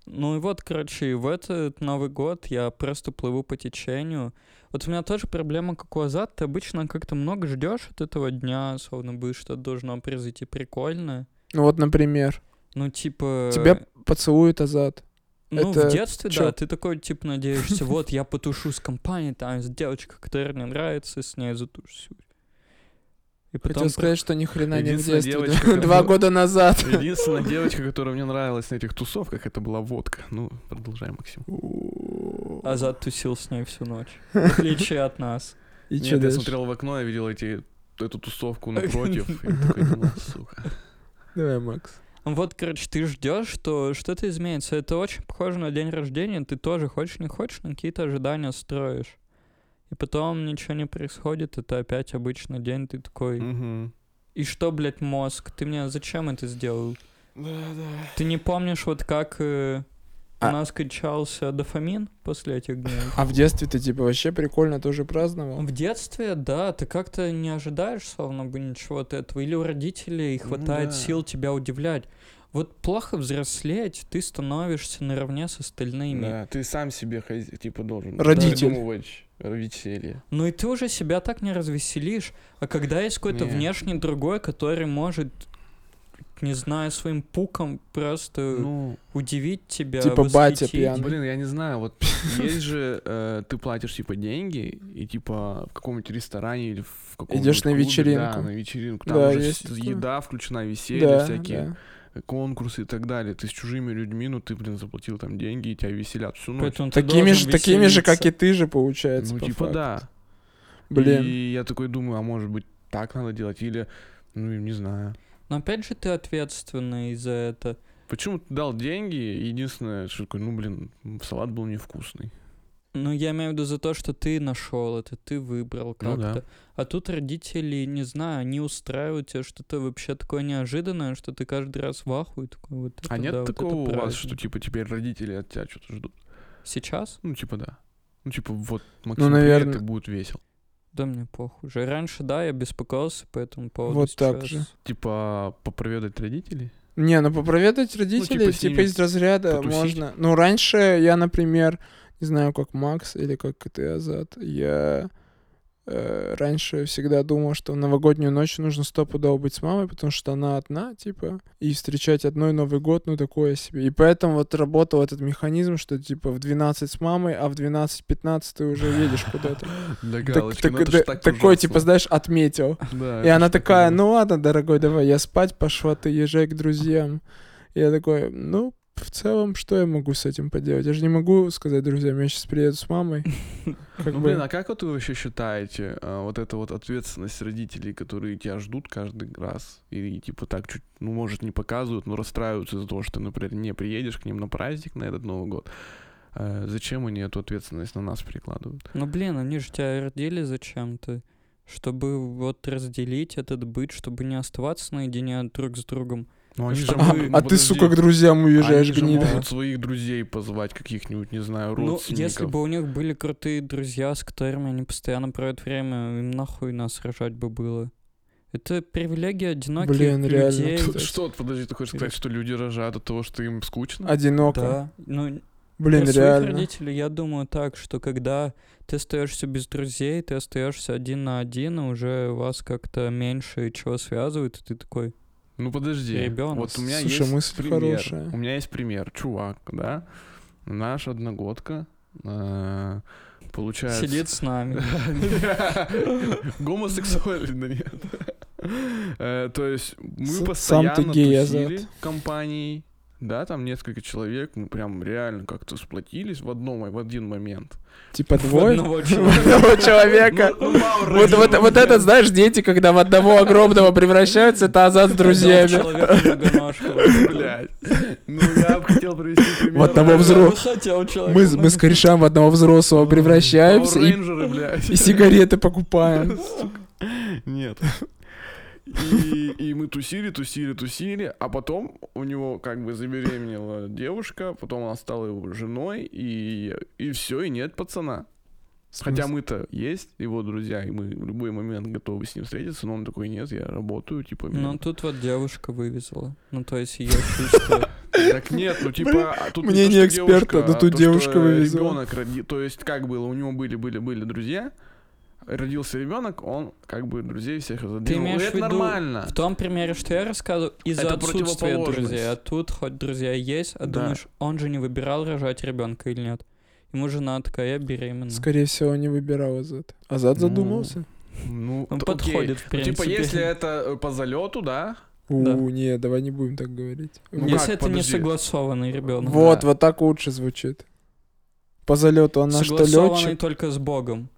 Speaker 2: Ну и вот, короче, и в этот Новый год я просто плыву по течению. Вот у меня тоже проблема, как у Азат, ты обычно как-то много ждешь от этого дня, словно бы что-то должно произойти прикольно.
Speaker 1: Ну вот, например,
Speaker 2: Ну, типа...
Speaker 1: тебя поцелует Азат.
Speaker 2: Ну,
Speaker 1: это
Speaker 2: в детстве,
Speaker 1: чё?
Speaker 2: да, ты такой, типа, надеешься, вот, я потушу с компанией, там есть девочка, которая мне нравится, с ней затушусь. И потом...
Speaker 1: Хотел сказать, что ни хрена не в
Speaker 3: Единственная
Speaker 1: детстве.
Speaker 3: девочка,
Speaker 1: да. Два
Speaker 3: которая-
Speaker 1: года назад.
Speaker 3: [LAUGHS] Единственная девочка, которая мне нравилась на этих тусовках, это была водка. Ну, продолжай, Максим.
Speaker 2: про-
Speaker 3: А
Speaker 2: Азат тусил с ней всю ночь. В отличие от нас.
Speaker 1: [LAUGHS] И
Speaker 3: Нет,
Speaker 1: чё
Speaker 3: я
Speaker 1: дальше?
Speaker 3: смотрел в окно, я видел эти
Speaker 1: [LAUGHS]
Speaker 3: эту тусовку напротив. И такой, думал, сука.
Speaker 1: Давай, Макс.
Speaker 2: Вот, короче, ты ждешь, что что-то изменится. Это очень похоже на день рождения. Ты тоже хочешь, не хочешь, но какие-то ожидания строишь. И потом ничего не происходит, это опять обычный день, ты такой...
Speaker 3: Мгм.
Speaker 2: И что, блядь, мозг? Ты мне зачем это сделал?
Speaker 3: Да, да.
Speaker 2: Ты не помнишь, вот как э,
Speaker 1: А-
Speaker 2: У нас качался дофамин после этих дней.
Speaker 1: А в детстве ты типа вообще прикольно тоже праздновал?
Speaker 2: В детстве, да, ты как-то не ожидаешь словно бы ничего от этого. Или у родителей
Speaker 3: Ну
Speaker 2: хватает
Speaker 3: да.
Speaker 2: сил тебя удивлять. Вот плохо взрослеть, ты становишься наравне с остальными.
Speaker 3: Да, ты сам себе хозя- типа должен
Speaker 1: Родитель.
Speaker 3: придумывать веселье.
Speaker 2: Ну и ты уже себя так не развеселишь. А когда есть какой-то
Speaker 3: Не.
Speaker 2: внешний другой, который может, не знаю, своим пуком просто
Speaker 1: Э,
Speaker 3: Ну,
Speaker 2: удивить тебя.
Speaker 1: Типа батя
Speaker 2: восхитить.
Speaker 1: пьяный.
Speaker 3: блин, я не
Speaker 1: [LAUGHS]
Speaker 3: знаю, вот есть же, э, ты платишь типа деньги, и типа в каком-нибудь ресторане или в каком-нибудь
Speaker 1: Идёшь на
Speaker 3: клубе, Да,
Speaker 1: вечеринку.
Speaker 3: на вечеринку. Там
Speaker 1: Да,
Speaker 3: уже
Speaker 1: есть
Speaker 3: с-
Speaker 1: такое.
Speaker 3: еда включена, веселье
Speaker 1: Да,
Speaker 3: всякие,
Speaker 1: да.
Speaker 3: конкурсы и так далее. Ты с чужими людьми, ну ты, блин, заплатил там деньги, и тебя веселят всю ночь.
Speaker 2: Поэтому ты
Speaker 1: Такими
Speaker 2: должен
Speaker 1: же, такими же, как и
Speaker 2: веселиться.
Speaker 1: ты же, получается.
Speaker 3: Ну
Speaker 1: по
Speaker 3: типа
Speaker 1: факту.
Speaker 3: да.
Speaker 1: Блин.
Speaker 3: И я такой думаю, а может быть так надо делать или, ну не знаю.
Speaker 2: Но опять же ты ответственный за это.
Speaker 3: Почему ты дал деньги? Единственное, что такое, ну блин, салат был невкусный.
Speaker 2: Ну, я имею в виду за то, что ты нашел это, ты выбрал
Speaker 3: Ну
Speaker 2: как-то.
Speaker 3: да.
Speaker 2: А тут родители, не знаю, они устраивают тебе что-то вообще такое неожиданное, что ты каждый раз в ахуе такой вот. это
Speaker 3: А нет
Speaker 2: да, вот это
Speaker 3: такого у вас, что
Speaker 2: праздник.
Speaker 3: типа теперь родители от тебя что-то ждут?
Speaker 2: Сейчас?
Speaker 3: Ну, типа, да. Ну, типа, вот, Максим, ну,
Speaker 1: наверно.
Speaker 3: это будет весело.
Speaker 2: Да мне похуй. Уже раньше, да, я беспокоился по этому поводу.
Speaker 1: Вот так
Speaker 2: сейчас-
Speaker 1: же.
Speaker 3: Типа, попроведать родителей?
Speaker 1: Не, ну попроведать родителей,
Speaker 3: типа, с
Speaker 1: типа,
Speaker 3: ними
Speaker 1: из разряда
Speaker 3: потусить.
Speaker 1: можно. Ну, раньше я, например, не знаю, как Макс или как ты, Азат, я э, раньше всегда думал, что в новогоднюю ночь нужно стопудово быть с мамой, потому что она одна, типа, и встречать одной Новый год, ну, такое себе. И поэтому вот работал этот механизм, что, типа, в 12 с мамой, а в 12-15 ты уже едешь
Speaker 3: [LAUGHS]
Speaker 1: куда-то.
Speaker 3: Для
Speaker 1: Так-
Speaker 3: галочки,
Speaker 1: так-
Speaker 3: ну, это
Speaker 1: да-
Speaker 3: ж так
Speaker 1: такой,
Speaker 3: ужасно.
Speaker 1: типа, знаешь, отметил.
Speaker 3: [LAUGHS] Да,
Speaker 1: И
Speaker 3: это
Speaker 1: она
Speaker 3: ж так
Speaker 1: такая,
Speaker 3: ужасно.
Speaker 1: ну ладно, дорогой, давай, я спать пошла, ты езжай к друзьям. Я такой, ну, в целом, что я могу с этим поделать? Я же не могу сказать друзьям, я сейчас приеду с
Speaker 3: [LAUGHS]
Speaker 1: мамой. Как
Speaker 3: Ну,
Speaker 1: бы,
Speaker 3: блин, а как вот вы вообще считаете а, вот эта вот ответственность родителей, которые тебя ждут каждый раз, и, типа так чуть, ну, может, не показывают, но расстраиваются из-за того, что ты, например, не приедешь к ним на праздник на этот Новый год? А, Зачем они эту ответственность на нас перекладывают?
Speaker 2: Ну, блин, они же тебя и родили зачем-то. Чтобы вот разделить этот быт, чтобы не оставаться наедине друг с другом.
Speaker 3: Ну,
Speaker 2: они же
Speaker 1: а,
Speaker 2: мы-
Speaker 1: а ты, сука, к друзьям уезжаешь,
Speaker 3: Они же
Speaker 1: гнида.
Speaker 3: [LAUGHS] могут своих друзей позвать, каких-нибудь, не знаю,
Speaker 2: Ну, если
Speaker 3: родственников.
Speaker 2: бы у них были крутые друзья, с которыми они постоянно проводят время, им нахуй нас рожать бы было. Это привилегия одиноких
Speaker 1: Блин,
Speaker 2: людей.
Speaker 1: реально,
Speaker 3: Тут Что, подожди, ты хочешь
Speaker 2: Или-
Speaker 3: сказать, что люди рожают от того, что им
Speaker 1: А [LAUGHS]
Speaker 3: скучно?
Speaker 1: Одиноко.
Speaker 2: Да. Ну,
Speaker 1: Блин,
Speaker 2: про своих
Speaker 1: реально.
Speaker 2: родителей я думаю так, что когда ты остаешься без друзей, ты остаешься один на один, и уже вас как-то меньше чего связывает, и ты такой.
Speaker 3: Ну подожди,
Speaker 2: Ребёнок.
Speaker 3: вот у меня
Speaker 1: Слушай,
Speaker 3: есть
Speaker 1: мысль
Speaker 3: пример.
Speaker 1: хорошая.
Speaker 3: У меня есть пример, чувак, да, наша одногодка, э, получается...
Speaker 2: Сидит
Speaker 3: [LAUGHS]
Speaker 2: с
Speaker 1: [LAUGHS]
Speaker 2: нами.
Speaker 3: Гомосексуально, нет. Э, То есть
Speaker 1: С-
Speaker 3: мы
Speaker 1: сам
Speaker 3: постоянно
Speaker 1: ты гей,
Speaker 3: тусили
Speaker 1: Азат.
Speaker 3: компанией, да, там несколько человек, мы прям реально как-то сплотились в одном, в один момент.
Speaker 1: Типа двое? [LAUGHS]
Speaker 2: одного человека.
Speaker 3: [LAUGHS]
Speaker 1: Одного человека.
Speaker 3: Ну, ну, мало
Speaker 1: Вот, вот,
Speaker 3: родителей.
Speaker 1: вот этот, знаешь, дети, когда в одного огромного превращаются, это азат с друзьями.
Speaker 2: Одного человека многоножку.
Speaker 3: Блядь. Ну, я бы хотел привести пример.
Speaker 1: Вот того взро-
Speaker 2: Я бы хотел ну человека
Speaker 1: Мы, с- мы с
Speaker 2: многоножку.
Speaker 1: корешам в одного взрослого превращаемся
Speaker 3: Power
Speaker 1: и
Speaker 3: Rangers, блядь.
Speaker 1: И сигареты покупаем.
Speaker 3: Нет. И, и мы тусили, тусили, тусили, а потом у него как бы забеременела девушка, потом она стала его женой, и, и все, и нет пацана. Хотя мы-то есть его друзья, и мы в любой момент готовы с ним встретиться, но он такой, нет, я работаю, типа... меня-
Speaker 2: Ну, тут вот девушка вывезла. Ну, то есть ее
Speaker 3: [LAUGHS]
Speaker 2: чувства.
Speaker 3: Так нет, ну типа... а Тут не то,
Speaker 1: Мнение
Speaker 3: что
Speaker 1: эксперта,
Speaker 3: девушка,
Speaker 1: но
Speaker 3: а
Speaker 1: тут
Speaker 3: то,
Speaker 1: девушка
Speaker 3: что
Speaker 1: вывезла.
Speaker 3: Ребенок роди... То есть как было, у него были-были-были друзья, родился ребенок, он как бы друзей всех разодвинул.
Speaker 2: Ты имеешь
Speaker 3: И
Speaker 2: в
Speaker 3: это
Speaker 2: виду
Speaker 3: нормально.
Speaker 2: В том примере, что я рассказывал, из-за
Speaker 3: Это
Speaker 2: отсутствия
Speaker 3: противоположность.
Speaker 2: друзей. А тут хоть друзья есть, а
Speaker 3: Да.
Speaker 2: думаешь, он же не выбирал рожать ребенка или нет. Ему жена такая, я беременна.
Speaker 1: Скорее всего, не выбирал Азат. Азат
Speaker 3: Ну,
Speaker 1: задумался?
Speaker 3: Ну,
Speaker 2: Он
Speaker 3: т- окей.
Speaker 2: подходит, в
Speaker 3: Ну,
Speaker 2: принципе.
Speaker 3: Типа, если это э, по залету, Ну, да?
Speaker 2: да.
Speaker 1: У, не, давай не будем так говорить.
Speaker 3: Ну
Speaker 2: Если
Speaker 1: Вот-
Speaker 3: как,
Speaker 2: это не
Speaker 3: подожди.
Speaker 2: согласованный ребенок.
Speaker 1: Вот,
Speaker 3: да.
Speaker 1: вот так лучше звучит. По залету она что,
Speaker 2: Согласованный
Speaker 1: летчик?
Speaker 2: только с Богом.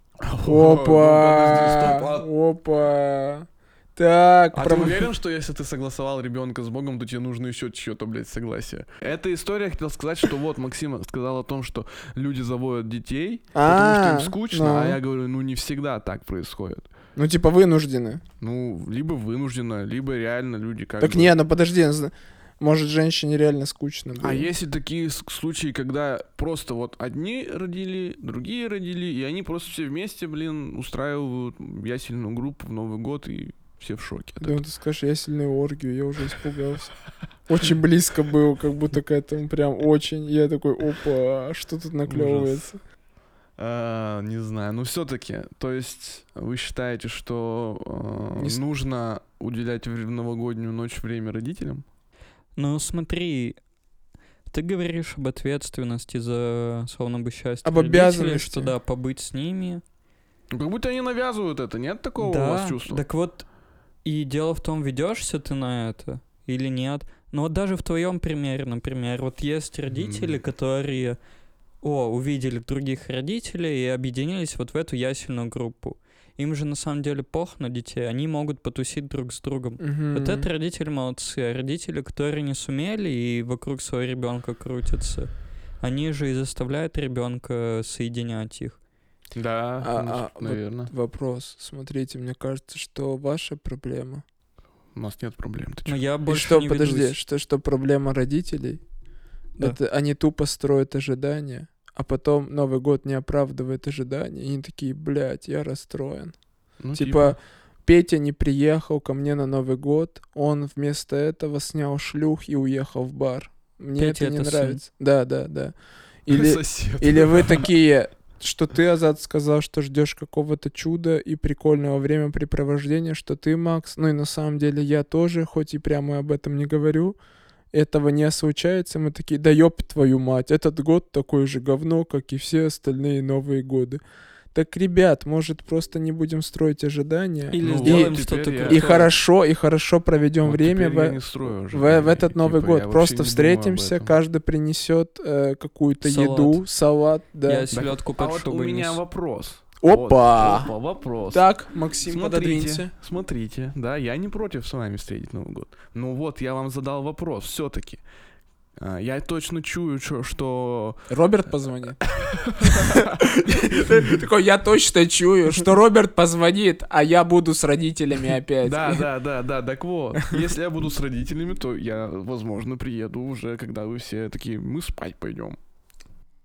Speaker 3: Ну, Опа!
Speaker 1: Опа! Опа! Так,
Speaker 3: А ты
Speaker 1: пром-
Speaker 3: уверен, что если ты согласовал ребенка с Богом, то тебе нужно еще чье-то, блядь, согласие? Эта история, я хотел сказать, что вот Максим сказал о том, что люди заводят детей, потому что
Speaker 1: А,
Speaker 3: им скучно,
Speaker 1: ну.
Speaker 3: а я говорю, ну не всегда так происходит.
Speaker 1: Ну, типа, вынуждены.
Speaker 3: Ну, либо вынужденно, либо реально люди как
Speaker 1: Так
Speaker 3: бы...
Speaker 1: не, ну подожди. ну, зна- Может, женщине реально скучно было.
Speaker 3: А если такие с- случаи, когда просто вот одни родили, другие родили, и они просто все вместе, блин, устраивают ясельную группу в Новый год, и все в шоке. от
Speaker 1: Да, ты скажешь, я сильную оргию, я уже испугался. Очень близко был, как будто к этому прям очень. Я такой, опа, а что тут наклевывается?
Speaker 3: А, не знаю, но все-таки, то есть вы считаете, что э,
Speaker 1: Не с-
Speaker 3: нужно уделять в новогоднюю ночь время родителям?
Speaker 2: Ну смотри, ты говоришь об ответственности за словно бы счастье.
Speaker 1: Об
Speaker 2: родителей,
Speaker 1: обязанности.
Speaker 2: Что да, побыть с ними.
Speaker 3: Ну, как будто они навязывают это, нет такого у вас чувства?
Speaker 2: Так вот, и дело в том, ведешься ты на это или нет. Но вот даже в твоем примере, например, вот есть родители,
Speaker 3: Мгм.
Speaker 2: которые, о, увидели других родителей и объединились вот в эту ясельную группу. Им же на самом деле пох на детей, они могут потусить друг с другом. Вот это родители молодцы, а родители, которые не сумели и вокруг своего ребенка крутятся, они же и заставляют ребенка соединять их.
Speaker 3: Да,
Speaker 1: А,
Speaker 3: ну,
Speaker 1: а, вот-
Speaker 3: наверное.
Speaker 1: Вопрос. Смотрите, мне кажется, что ваша проблема.
Speaker 3: У нас нет проблем. ты
Speaker 2: Но
Speaker 3: чё?
Speaker 2: я
Speaker 1: И
Speaker 2: больше
Speaker 1: что,
Speaker 2: не
Speaker 1: подожди,
Speaker 2: ведусь.
Speaker 1: что, что проблема родителей?
Speaker 2: Да.
Speaker 1: Это они тупо строят ожидания, а потом Новый год не оправдывает ожидания, и они такие, блядь, я расстроен.
Speaker 3: Ну,
Speaker 1: Типа, Петя не приехал ко мне на Новый год, он вместо этого снял шлюх и уехал в бар. Мне
Speaker 2: Петя
Speaker 1: это не
Speaker 2: это сын.
Speaker 1: нравится. Да, да, да. Или,
Speaker 3: [LAUGHS] сосед.
Speaker 1: или вы такие, что ты, Азат, сказал, что ждешь какого-то чуда и прикольного времяпрепровождения, что ты, Макс, ну и на самом деле я тоже, хоть и прямо об этом не говорю, этого не случается, мы такие, да ёб твою мать, этот год такое же говно, как и все остальные Новые годы. Так, ребят, может, просто не будем строить ожидания?
Speaker 2: Или
Speaker 3: Ну
Speaker 2: сделаем
Speaker 1: вот,
Speaker 2: что-то
Speaker 3: теперь я-
Speaker 1: И
Speaker 2: крутое.
Speaker 1: хорошо, и хорошо проведем
Speaker 3: Ну, Вот
Speaker 1: время
Speaker 3: теперь я
Speaker 1: в,
Speaker 3: не строю уже,
Speaker 1: в, в
Speaker 3: и,
Speaker 1: этот Новый
Speaker 3: типа, я
Speaker 1: год.
Speaker 3: вообще
Speaker 1: Просто
Speaker 3: не думаю об
Speaker 1: встретимся,
Speaker 3: этом.
Speaker 1: каждый принесет э, какую-то
Speaker 2: Салат.
Speaker 1: еду, салат, да.
Speaker 2: Я селедку
Speaker 3: А
Speaker 2: под
Speaker 3: вот у
Speaker 2: шубой
Speaker 3: меня
Speaker 2: несу.
Speaker 3: вопрос.
Speaker 1: Опа!
Speaker 3: Вот, опа, вопрос.
Speaker 1: Так, Максим,
Speaker 3: Смотрите,
Speaker 1: пододвинься.
Speaker 3: смотрите, да, я не против с вами встретить Новый год. Но вот я вам задал вопрос все-таки. Я точно чую,
Speaker 1: [LAUGHS]
Speaker 3: чё- что...
Speaker 1: Роберт позвонит. Такой, я точно чую, что Роберт позвонит, а я буду с родителями опять.
Speaker 3: Да, да, да, да, так вот. Если я буду с родителями, то я, возможно, приеду уже, когда вы все такие, мы спать пойдем.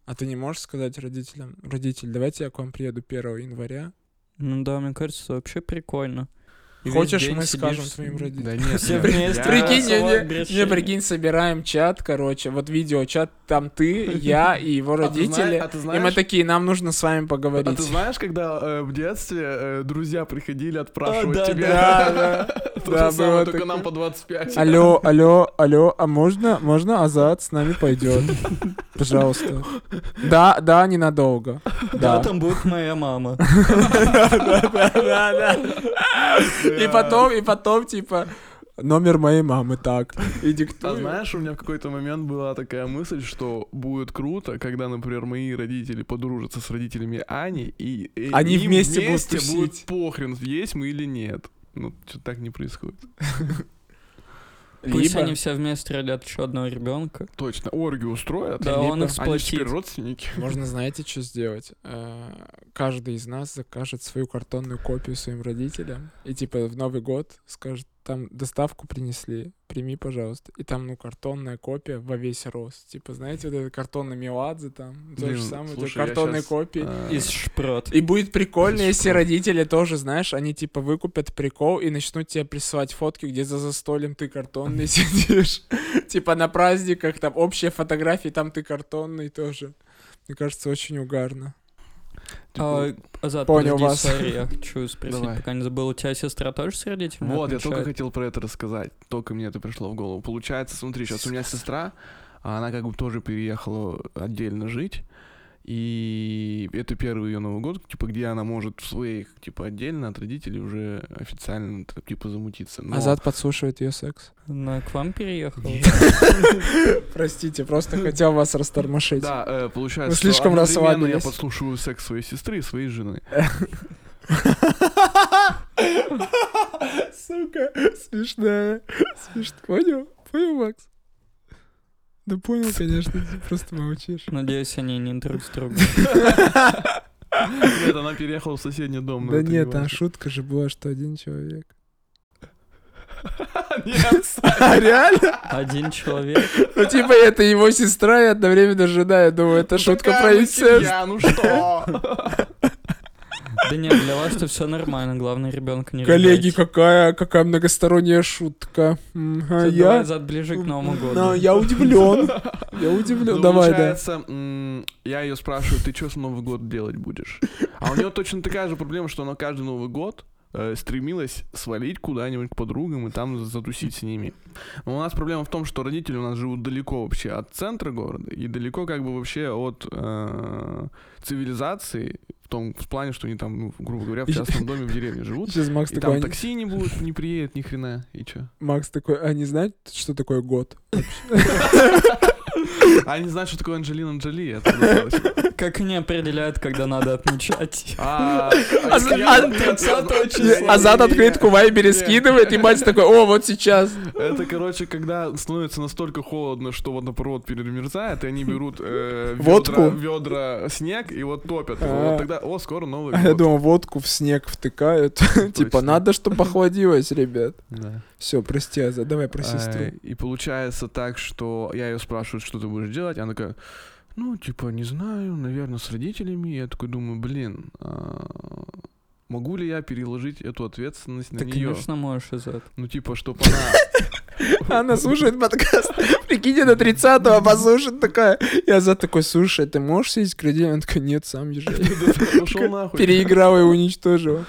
Speaker 1: А ты не можешь сказать родителям, родитель, давайте я к вам приеду 1 января.
Speaker 2: Ну да, мне кажется, это вообще прикольно. И весь
Speaker 1: Хочешь,
Speaker 2: день
Speaker 1: мы
Speaker 2: сидишь
Speaker 1: скажем
Speaker 2: с-
Speaker 1: своим родителям?
Speaker 3: нет,
Speaker 2: Все вместе.
Speaker 1: Прикинь,
Speaker 2: Я
Speaker 1: не, не,
Speaker 2: салат без
Speaker 1: не,
Speaker 2: щей.
Speaker 1: прикинь, собираем чат, короче, вот видеочат, там ты, я и его родители.
Speaker 3: а ты
Speaker 1: И мы
Speaker 3: знаешь,
Speaker 1: такие, нам нужно с вами
Speaker 3: а ты
Speaker 1: поговорить.
Speaker 3: знаешь, когда э, в детстве э, друзья приходили
Speaker 2: А,
Speaker 3: отпрашивать
Speaker 2: да,
Speaker 3: тебя?
Speaker 1: да, да.
Speaker 3: [LAUGHS] То
Speaker 1: Да,
Speaker 3: же самое,
Speaker 1: было
Speaker 3: только
Speaker 1: такое.
Speaker 3: нам по 25.
Speaker 1: Алло, алло, алло, а можно, можно Азат с нами
Speaker 3: [LAUGHS]
Speaker 1: пойдет? Пожалуйста. Да, да, ненадолго.
Speaker 2: Да,
Speaker 1: Да.
Speaker 2: там будет моя мама.
Speaker 1: И потом, и потом, типа, номер моей мамы, так. И
Speaker 3: А
Speaker 1: диктуй.
Speaker 3: знаешь, у меня в какой-то момент была такая мысль, что будет круто, когда, например, мои родители подружатся с родителями Ани, и, и
Speaker 1: Они
Speaker 3: им
Speaker 1: вместе будут
Speaker 3: вместе
Speaker 1: тусить.
Speaker 3: будет похрен, есть мы или нет. Ну, что так не происходит.
Speaker 2: [LAUGHS] Пусть
Speaker 1: Либо-
Speaker 2: они все вместе родят еще одного ребенка.
Speaker 3: Точно, оргию устроят.
Speaker 2: Да,
Speaker 1: либо
Speaker 2: он их
Speaker 3: Они же теперь
Speaker 2: сплотит.
Speaker 3: родственники.
Speaker 1: Можно, знаете, что сделать? Э, Каждый из нас закажет свою картонную копию своим родителям. И типа в Новый год скажет, там доставку принесли, прими, пожалуйста. И там, ну, картонная копия во весь рост. Типа, знаете, вот это картонный Меладзе там, то же
Speaker 3: Блин,
Speaker 1: самое,
Speaker 3: слушай, я
Speaker 1: картонные
Speaker 3: щас,
Speaker 1: копии.
Speaker 3: а,
Speaker 2: Из шпрот.
Speaker 1: И будет прикольно,
Speaker 3: Жесть
Speaker 1: если
Speaker 3: просто.
Speaker 1: родители тоже, знаешь, они типа выкупят прикол и начнут тебе присылать фотки, где за застольем ты картонный [LAUGHS] сидишь. Типа на праздниках, там общие фотографии, там ты картонный тоже. Мне кажется, очень угарно.
Speaker 2: А, Азат,
Speaker 1: Понял
Speaker 2: подожди,
Speaker 1: вас.
Speaker 2: сорри, я хочу спросить,
Speaker 3: Давай.
Speaker 2: пока не забыл. У тебя сестра тоже с родителями
Speaker 3: Вот, я только
Speaker 2: отмечает?
Speaker 3: хотел про это рассказать. Только мне это пришло в голову. Получается, смотри, сейчас у меня сестра, а она как бы тоже переехала отдельно жить. И это первый ее Новый год, типа, где она может в своих, типа, отдельно от родителей уже официально, так, типа, замутиться. Но
Speaker 1: Азат подслушивает ее
Speaker 3: [LAUGHS]
Speaker 1: секс.
Speaker 2: Она к вам переехала?
Speaker 1: Простите, просто хотел вас растормошить.
Speaker 3: Да, э, получается,
Speaker 1: Вы
Speaker 3: что
Speaker 1: слишком
Speaker 3: одновременно я
Speaker 1: расслабились.
Speaker 3: подслушиваю секс своей сестры и своей жены.
Speaker 1: [LAUGHS] Сука, смешная. Смешно. Понял? Понял, Макс? Да
Speaker 3: [LAUGHS]
Speaker 1: понял, конечно, ты просто молчишь.
Speaker 2: Надеюсь, они не друг с другом.
Speaker 3: Нет, она переехала в соседний дом. но
Speaker 1: Да
Speaker 3: это не
Speaker 1: нет, там
Speaker 3: важно.
Speaker 1: шутка же была, что один человек.
Speaker 3: [LAUGHS] Нет,
Speaker 1: А реально?
Speaker 2: Один человек.
Speaker 1: Ну, типа, это его сестра и одновременно жена. Я думаю, это шутка про инцест. [LAUGHS]
Speaker 3: Ну что?
Speaker 2: Да нет, для вас-то все нормально, главное ребенка не
Speaker 1: Коллеги,
Speaker 2: ругайте.
Speaker 1: какая, какая многосторонняя шутка. М, а
Speaker 2: Всё,
Speaker 1: я...
Speaker 2: давай, зад ближе к Новому году.
Speaker 1: Ну, я удивлен. Я удивлен.
Speaker 3: Ну,
Speaker 1: Давай, да.
Speaker 3: получается, м, я ее спрашиваю, ты что с Новый год делать будешь? А у нее точно такая же проблема, что она каждый Новый год э, стремилась свалить куда-нибудь к подругам и там затусить с ними. Но у нас проблема в том, что родители у нас живут далеко вообще от центра города и далеко как бы вообще от э, цивилизации в том в плане, что они там, ну, грубо говоря, в частном
Speaker 1: [LAUGHS]
Speaker 3: доме в деревне живут.
Speaker 1: Сейчас Макс
Speaker 3: И там
Speaker 1: такой, «Они-
Speaker 3: такси не будет, не приедет ни хрена, и чё?
Speaker 1: Макс такой, а не знают, что такое год?
Speaker 3: А не знают, что такое Анджелина Джоли. я отсюда спросил.
Speaker 2: Как они определяют, когда надо отмечать?
Speaker 3: А
Speaker 1: А за-
Speaker 3: я-
Speaker 1: а-
Speaker 2: 30 числа.
Speaker 1: А зад открытку в Вайбере
Speaker 3: Нет.
Speaker 1: скидывает, и мать такой, о, вот сейчас.
Speaker 3: Это, короче, когда становится настолько холодно, что водопровод перемерзает, и они берут э,
Speaker 1: Водку?
Speaker 3: ведра, ведра снег и вот топят. его.
Speaker 1: А.
Speaker 3: Вот тогда, о, скоро Новый
Speaker 1: А я
Speaker 3: год.
Speaker 1: думал, водку в снег втыкают. Типа,
Speaker 3: Точно.
Speaker 1: надо,
Speaker 3: [LAUGHS]
Speaker 1: чтобы похладилось, ребят.
Speaker 3: Да.
Speaker 1: Все, прости, Аза, давай про
Speaker 3: А,
Speaker 1: сестру.
Speaker 3: И получается так, что я ее спрашиваю, что ты будешь делать, она такая, ну, типа, не знаю, наверное, с родителями. Я такой думаю, блин, а, могу ли я переложить эту ответственность на
Speaker 2: Ты,
Speaker 3: нее?
Speaker 2: конечно, можешь, Азат.
Speaker 3: Ну, типа, чтобы
Speaker 1: [LAUGHS]
Speaker 3: она...
Speaker 1: Она слушает подкаст, [LAUGHS] прикинь, до 30-го послушает такая. И Азат такой, слушай, ты можешь съездить к родителям? Она такая, нет, сам
Speaker 3: [LAUGHS]
Speaker 1: езжай. [LAUGHS]
Speaker 3: Пошел нахуй.
Speaker 1: Переиграл и уничтожил.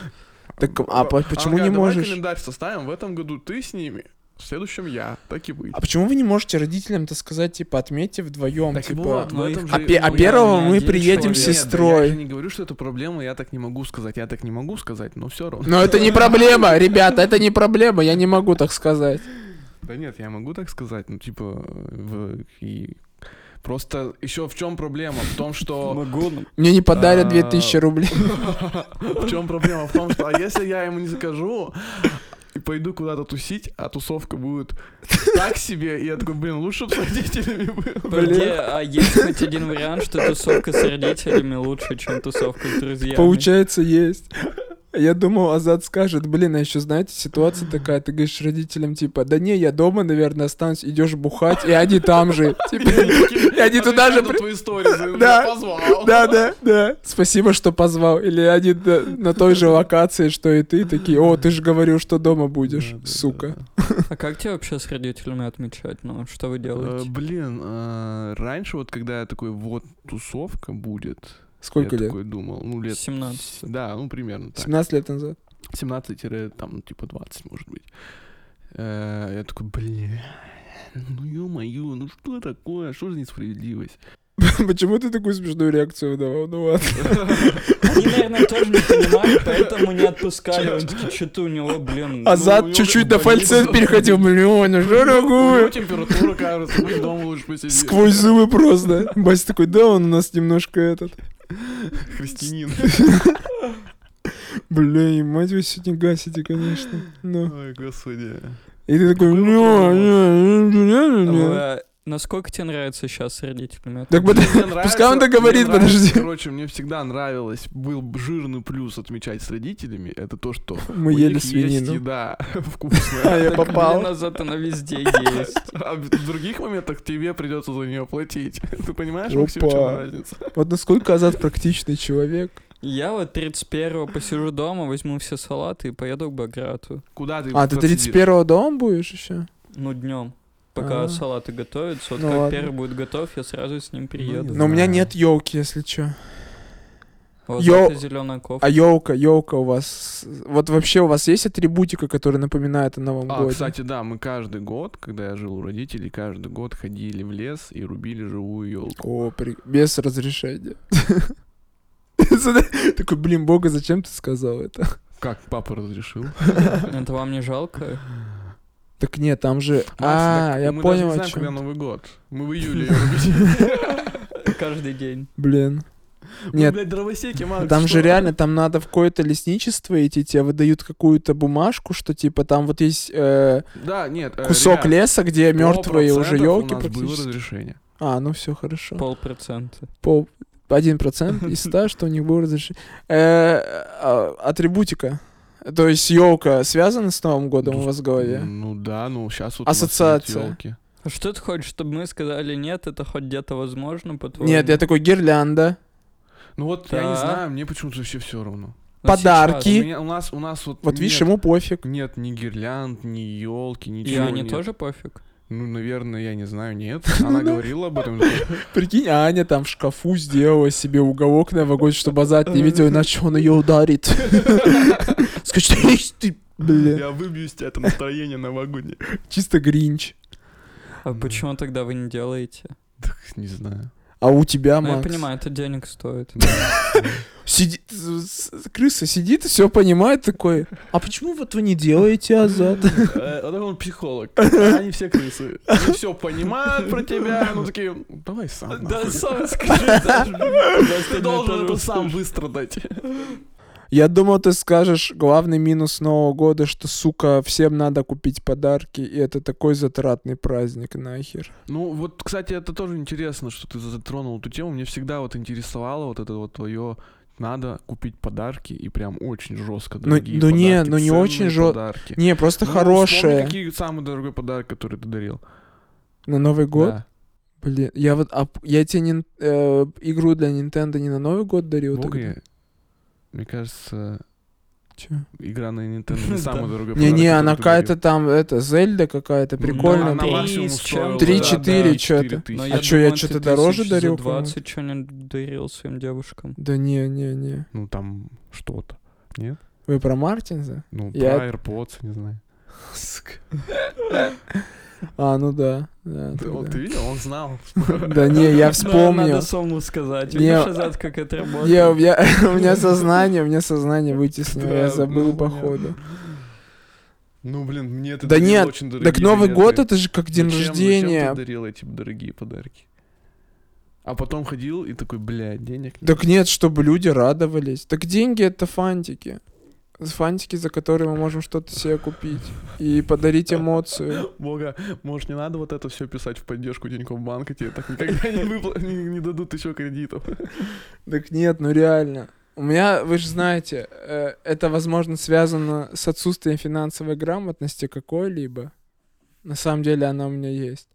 Speaker 1: Так, а по- почему
Speaker 3: Она
Speaker 1: не
Speaker 3: говорит, «Давай
Speaker 1: можешь?
Speaker 3: календарь составим, в этом году ты с ними, в следующем я, так и быть.
Speaker 1: А почему вы не можете родителям-то сказать, типа, отметьте вдвоем,
Speaker 3: Так
Speaker 1: типа...
Speaker 3: вот. Ну,
Speaker 2: Ну, их-
Speaker 3: это же-
Speaker 1: А, пе- а
Speaker 2: ну, я
Speaker 1: первого
Speaker 2: не
Speaker 1: мы
Speaker 2: один
Speaker 1: приедем с
Speaker 2: человек.
Speaker 1: сестрой.
Speaker 3: я не говорю, что это проблема, я так не могу сказать, я так не могу сказать, но все равно.
Speaker 1: Но это не проблема, ребята, это не проблема, я не могу так сказать.
Speaker 3: Да нет, я могу так сказать, ну типа в- и просто еще в чем проблема? В том,
Speaker 1: [LAUGHS]
Speaker 3: что
Speaker 2: Могу.
Speaker 1: Мне не подарят
Speaker 3: А,
Speaker 1: 2000 рублей.
Speaker 3: в чем проблема? В том, что а если я ему не закажу и пойду куда-то тусить, а тусовка будет так себе, и я такой, блин, лучше б с родителями был.
Speaker 2: Подожди, а есть хоть один вариант, что тусовка с родителями лучше, чем тусовка с друзьями?
Speaker 1: Получается, есть. Я думал, Азат скажет, блин, а еще знаете, ситуация такая, ты говоришь родителям, типа, да не, я дома, наверное, останусь, идешь бухать, и они там же. Типа, И они туда же...
Speaker 3: Отвечаю на
Speaker 1: при-
Speaker 3: твои истории,
Speaker 1: Да.
Speaker 3: я позвал.
Speaker 1: Да, да, да. Спасибо, что позвал. Или они да, на той же локации, что и ты, такие, о, ты же говорил, что дома будешь,
Speaker 3: Да, Э, да,
Speaker 1: сука.
Speaker 2: А как тебе вообще с родителями отмечать? Ну, что вы
Speaker 3: Э,
Speaker 2: делаете?
Speaker 3: Блин, э, раньше вот когда я такой, вот тусовка будет,
Speaker 1: Сколько
Speaker 3: я
Speaker 1: лет?
Speaker 3: такой думал, ну лет...
Speaker 2: 17.
Speaker 3: Да, ну примерно так.
Speaker 1: 17 лет назад. [LAUGHS]
Speaker 3: 17 там типа 20, может быть. Э, Я такой, блин, ну ё-моё, ну что такое, что за несправедливость?
Speaker 1: Почему ты такую смешную реакцию давал? Ну ладно.
Speaker 2: Они, наверное, тоже не понимали, поэтому не отпускали. Он такие, что-то у него, блин...
Speaker 1: А
Speaker 2: ну,
Speaker 1: зад
Speaker 2: у него
Speaker 1: чуть-чуть на
Speaker 2: болит».
Speaker 1: фальцет переходил. Блин, ну что
Speaker 3: У него
Speaker 1: такое?
Speaker 3: температура, кажется, мы дома лучше посидим.
Speaker 1: Сквозь зубы просто. Бась такой, да, он у нас немножко этот.
Speaker 3: Христианин.
Speaker 1: Блин, мать вы сегодня гасите, конечно. Ну.
Speaker 3: Ой, господи.
Speaker 1: И ты такой, не, не, не, не, не».
Speaker 2: А, Насколько тебе нравится сейчас с родителями?
Speaker 1: Так вот,
Speaker 3: Мне нравится-
Speaker 1: пускай он
Speaker 3: мне
Speaker 1: договорит,
Speaker 3: нравится,
Speaker 1: подожди.
Speaker 3: Короче, мне всегда нравилось, был б- жирный плюс отмечать с родителями, это то, что
Speaker 1: Мы
Speaker 3: у
Speaker 1: ели
Speaker 3: них есть
Speaker 1: свинину. [LAUGHS]
Speaker 3: еда [LAUGHS]
Speaker 1: А
Speaker 3: вкусная.
Speaker 1: я попал.
Speaker 2: назад она везде есть.
Speaker 3: А в других моментах тебе придется за нее платить. [LAUGHS] Ты понимаешь,
Speaker 1: Опа.
Speaker 3: Максим, в чем разница?
Speaker 1: Вот насколько Азат практичный человек.
Speaker 2: Я вот 31-го посижу дома, возьму все салаты и поеду к Баграту.
Speaker 3: Куда ты
Speaker 1: А, ты 31-го дома будешь еще?
Speaker 2: Ну, днем. Пока
Speaker 1: А.
Speaker 2: салаты готовятся. Вот
Speaker 1: Ну
Speaker 2: как
Speaker 1: ладно. Ну,
Speaker 2: первый будет готов, я сразу с ним приеду.
Speaker 1: Но у меня
Speaker 3: знаю.
Speaker 1: нет елки, если что.
Speaker 2: Вот
Speaker 1: Йо.
Speaker 2: это зеленая кофта.
Speaker 1: А елка, елка у вас... Вот вообще у вас есть атрибутика, которая напоминает о Новом
Speaker 3: А,
Speaker 1: Годе?
Speaker 3: кстати, да, мы каждый год, когда я жил у родителей, каждый год ходили в лес и рубили живую елку.
Speaker 1: О, при- без разрешения. [LAUGHS] Такой, блин, бога, зачем ты сказал это?
Speaker 3: Как папа разрешил.
Speaker 1: А-
Speaker 2: Это вам не
Speaker 1: [LAUGHS]
Speaker 2: жалко?
Speaker 1: Так нет, там же...
Speaker 3: Макс,
Speaker 1: А,
Speaker 3: так
Speaker 1: я
Speaker 3: мы даже
Speaker 1: понял,
Speaker 3: не
Speaker 1: о
Speaker 3: знаем, когда
Speaker 1: чем.
Speaker 3: Новый год. Мы в
Speaker 1: [LAUGHS]
Speaker 3: июле ее рубили.
Speaker 2: Каждый день.
Speaker 1: Блин.
Speaker 3: Мы,
Speaker 1: Нет,
Speaker 3: блядь, дровосеки, Макс.
Speaker 1: Там же
Speaker 3: А, что?
Speaker 1: реально, там надо в какое-то лесничество идти, тебе выдают какую-то бумажку, что типа там вот есть э,
Speaker 3: Да, нет. э,
Speaker 1: кусок
Speaker 3: ребят,
Speaker 1: леса, где мертвые
Speaker 3: 100%
Speaker 1: уже елки
Speaker 3: у нас было
Speaker 1: практически.
Speaker 3: разрешение.
Speaker 1: А, ну все хорошо.
Speaker 2: Полпроцента.
Speaker 1: По
Speaker 3: [LAUGHS]
Speaker 1: один процент из ста, что у них было разрешение. Э, а, Атрибутика. То есть елка связана с Новым годом
Speaker 3: Ну,
Speaker 1: у вас в голове?
Speaker 3: Ну да, ну сейчас вот
Speaker 1: Ассоциация.
Speaker 3: елки.
Speaker 2: А Что ты хочешь, чтобы мы сказали нет, это хоть где-то возможно, по-твоему?
Speaker 1: Нет, я такой гирлянда.
Speaker 3: Ну вот я не
Speaker 2: Так.
Speaker 3: знаю, мне почему-то вообще все равно.
Speaker 2: Но сейчас.
Speaker 1: подарки.
Speaker 3: У,
Speaker 1: И-
Speaker 3: меня, у нас у нас вот.
Speaker 1: Вот видишь,
Speaker 3: нет-
Speaker 1: ему пофиг.
Speaker 3: Нет ни гирлянд, ни елки,
Speaker 2: И
Speaker 3: ничего.
Speaker 2: они
Speaker 3: нет.
Speaker 2: тоже пофиг.
Speaker 3: Ну, наверное, я не
Speaker 1: [LAUGHS]
Speaker 3: знаю, нет.
Speaker 1: Ну
Speaker 3: Она говорила об этом.
Speaker 1: Прикинь, Аня там в шкафу сделала себе уголок новогодний, чтобы Азат не видел, иначе он ее ударит. Скажи, «Эй, ты, бля,
Speaker 3: выбью из тебя это настроение новогоднее.
Speaker 1: чисто гринч.
Speaker 2: А почему тогда вы не делаете?
Speaker 3: Не знаю.
Speaker 1: А у тебя,
Speaker 2: Ну, я
Speaker 1: Макс,
Speaker 2: понимаю, это денег стоит.
Speaker 3: ну,
Speaker 1: сидит, с- с- крыса сидит, все понимает, такой, а почему вот вы не делаете, Азат?
Speaker 3: Э, Вот он психолог. Они все крысы. Они все понимают про тебя. Ну такие, давай сам. нахуй.
Speaker 2: сам скажи,
Speaker 3: [LAUGHS]
Speaker 2: ты
Speaker 3: Ты должен это сам выстрадать.
Speaker 1: Я думал, ты скажешь, главный минус Нового года, что, сука, всем надо купить подарки, и это такой затратный праздник, нахер.
Speaker 3: Ну, вот, кстати, это тоже интересно, что ты затронул эту тему. Мне всегда вот интересовало вот это вот твое надо купить подарки и прям очень жестко
Speaker 1: Ну-
Speaker 3: дорогие
Speaker 1: ну не,
Speaker 3: подарки,
Speaker 1: ну не
Speaker 3: ценные
Speaker 1: очень жё-
Speaker 3: подарки.
Speaker 1: Не, просто
Speaker 3: Ну,
Speaker 1: хорошее.
Speaker 3: вспомни, какие самый дорогой подарок, который ты дарил?
Speaker 1: На Новый год?
Speaker 3: Да.
Speaker 1: Блин, я вот, а п- я тебе нин- э, игру для Nintendo не на Новый год дарил
Speaker 3: Бог
Speaker 1: тогда?
Speaker 3: я- Мне кажется,
Speaker 1: Чё?
Speaker 3: игра на Nintendo
Speaker 1: [LAUGHS]
Speaker 2: Да.
Speaker 3: не самый дорогой подарок.
Speaker 1: Не-не,
Speaker 3: который
Speaker 1: она
Speaker 3: ты дарил.
Speaker 1: какая-то там, это, Зельда какая-то,
Speaker 3: Ну, да,
Speaker 1: прикольная.
Speaker 3: она
Speaker 2: Три
Speaker 1: была.
Speaker 3: максимум
Speaker 2: с
Speaker 3: стоила,
Speaker 2: чем-то,
Speaker 3: да,
Speaker 1: Три,
Speaker 3: да,
Speaker 1: четыре, чё-то.
Speaker 3: четыре тысячи.
Speaker 2: Но
Speaker 1: А чё, я
Speaker 2: думаю,
Speaker 1: чё-то
Speaker 2: ты
Speaker 1: дороже
Speaker 2: тысяч за
Speaker 1: дарил
Speaker 2: 20 что не дарил своим девушкам.
Speaker 1: Да не-не-не.
Speaker 3: Ну, там что-то.
Speaker 1: Вы про Мартинза?
Speaker 3: Ну,
Speaker 1: Я-
Speaker 3: про AirPods, не знаю.
Speaker 1: А, ну да. Да,
Speaker 3: Ты-
Speaker 1: тогда.
Speaker 3: вот Ты видел? Он знал.
Speaker 1: [LAUGHS] Да
Speaker 2: [LAUGHS]
Speaker 1: не, я
Speaker 2: Ну, Надо
Speaker 1: вспомнил.
Speaker 2: Сому сказать.
Speaker 1: Не-
Speaker 2: Видишь, Азат, как это работает?
Speaker 1: Не, у меня, [LAUGHS] у меня сознание, у меня сознание вытеснило, я
Speaker 3: Да,
Speaker 1: забыл
Speaker 3: ну,
Speaker 1: походу.
Speaker 3: Ну, блин, мне это
Speaker 1: Да
Speaker 3: дарили
Speaker 1: нет,
Speaker 3: очень дорогие
Speaker 1: Так Новый
Speaker 3: билеты.
Speaker 1: год это же как день
Speaker 3: Зачем- Зачем
Speaker 1: рождения.
Speaker 3: ты дарил эти дорогие подарки? А потом ходил и такой, блядь, денег нет.
Speaker 1: Так нет, чтобы люди радовались. Так деньги это фантики. Фантики, за которые мы можем что-то себе купить. И подарить эмоцию.
Speaker 3: Бога, может, не надо вот это все писать в поддержку Тинькофф банка, тебе так никогда не, выпла- не, не дадут еще кредитов.
Speaker 1: Так нет, ну реально. У меня, вы же знаете, э, это, возможно, связано с отсутствием финансовой грамотности какой-либо. На самом деле она у меня есть.